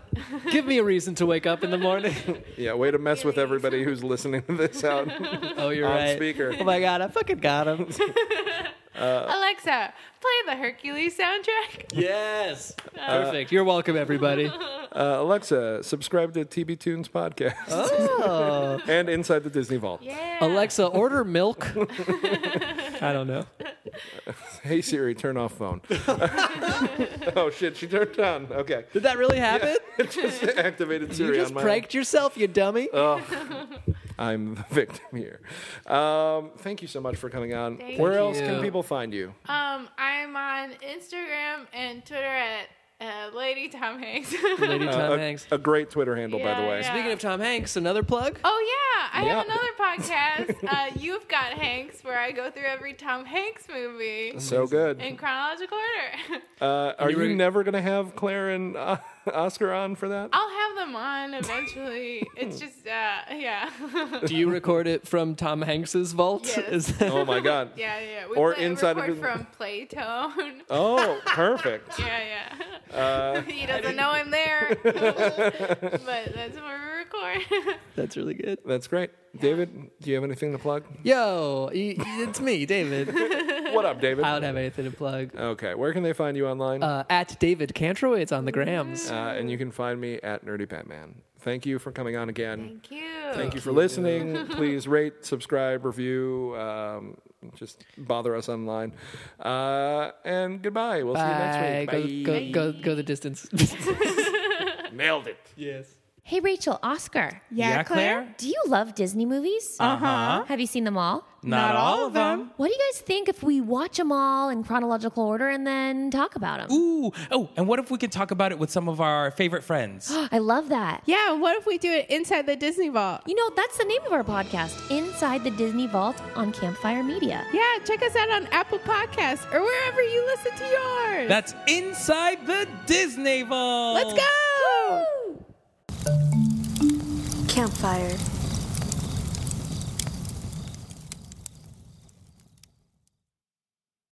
S3: give me a reason to wake up in the morning.
S4: Yeah, way to mess with everybody who's listening to this out
S3: oh, you're
S4: on
S3: right.
S4: speaker.
S3: Oh my god, I fucking got him.
S4: Uh,
S5: Alexa, play the Hercules soundtrack.
S3: yes. Perfect. You're welcome, everybody.
S4: Uh, Alexa, subscribe to TB Tunes podcast
S3: Oh.
S4: and Inside the Disney Vault.
S5: Yeah.
S3: Alexa, order milk. I don't know.
S4: Hey Siri, turn off phone. oh shit, she turned on. Okay,
S3: Did that really happen?
S4: it just activated
S3: You
S4: Siri
S3: just
S4: on my.
S3: pranked yourself, you dummy.
S4: I'm the victim here. Um, thank you so much for coming on.
S5: Thank
S4: Where else
S3: you.
S4: can people find you?
S5: Um, I'm on Instagram and Twitter at uh, Lady Tom Hanks.
S3: Lady
S4: Uh,
S3: Tom
S4: a,
S3: Hanks.
S4: a great Twitter handle, by the
S5: Yeah,
S4: way.
S5: yeah.
S3: Speaking of Tom Hanks, another plug.
S5: Oh yeah, I
S4: Yeah.
S5: have another podcast. Uh, You've got Hanks, where I go through every Tom Hanks movie
S4: So good.
S5: in chronological order.
S4: Uh, are
S3: you
S4: you
S3: were-
S4: never going to have Claire and uh, Oscar on for that?
S5: I'll have them on eventually. It's just, uh, yeah,
S3: Do you record it from Tom Hanks's vault?
S5: Yes.
S3: Is that-
S4: Oh my God.
S5: yeah, yeah. We
S4: Or
S5: play-
S4: inside of
S5: record
S4: his-
S5: from Playtone.
S4: Oh, perfect. Uh,
S5: Yeah, yeah. he doesn't know I'm there, but that's where we record.
S3: That's really good.
S4: That's great. David, do you have anything to plug?
S3: Yo, y- y- it's me, David.
S4: What up, David?
S3: I don't have anything to plug.
S4: Okay, where can they find you online?
S3: Uh, at David Cantroy, it's on the grams.
S4: Uh, and you can find me at Nerdy Batman. Thank you for coming on again.
S5: Thank you.
S4: Thank you for listening. Please rate, subscribe, review. Um, just bother us online. Uh, and goodbye. We'll
S3: Bye.
S4: see you next week.
S3: Uh, Go, go, go, go the distance.
S4: Nailed it.
S3: yes.
S6: Hey, Rachel, Oscar.
S7: Yeah, Claire? Uh-huh.
S6: Do you love Disney movies? Uh huh. Have you seen them all?
S7: Not all of them.
S6: What do you guys think if we watch them all in chronological order and then talk about them?
S7: Ooh, oh, and what if we could talk about it with some of our favorite friends?
S6: I love that.
S5: Yeah, what if we do it inside the Disney Vault?
S6: You know, that's the name of our podcast, Inside the Disney Vault on Campfire Media.
S5: Yeah, check us out on Apple Podcasts or wherever you listen to yours.
S7: That's inside the Disney Vault.
S5: Let's go!
S8: Campfire.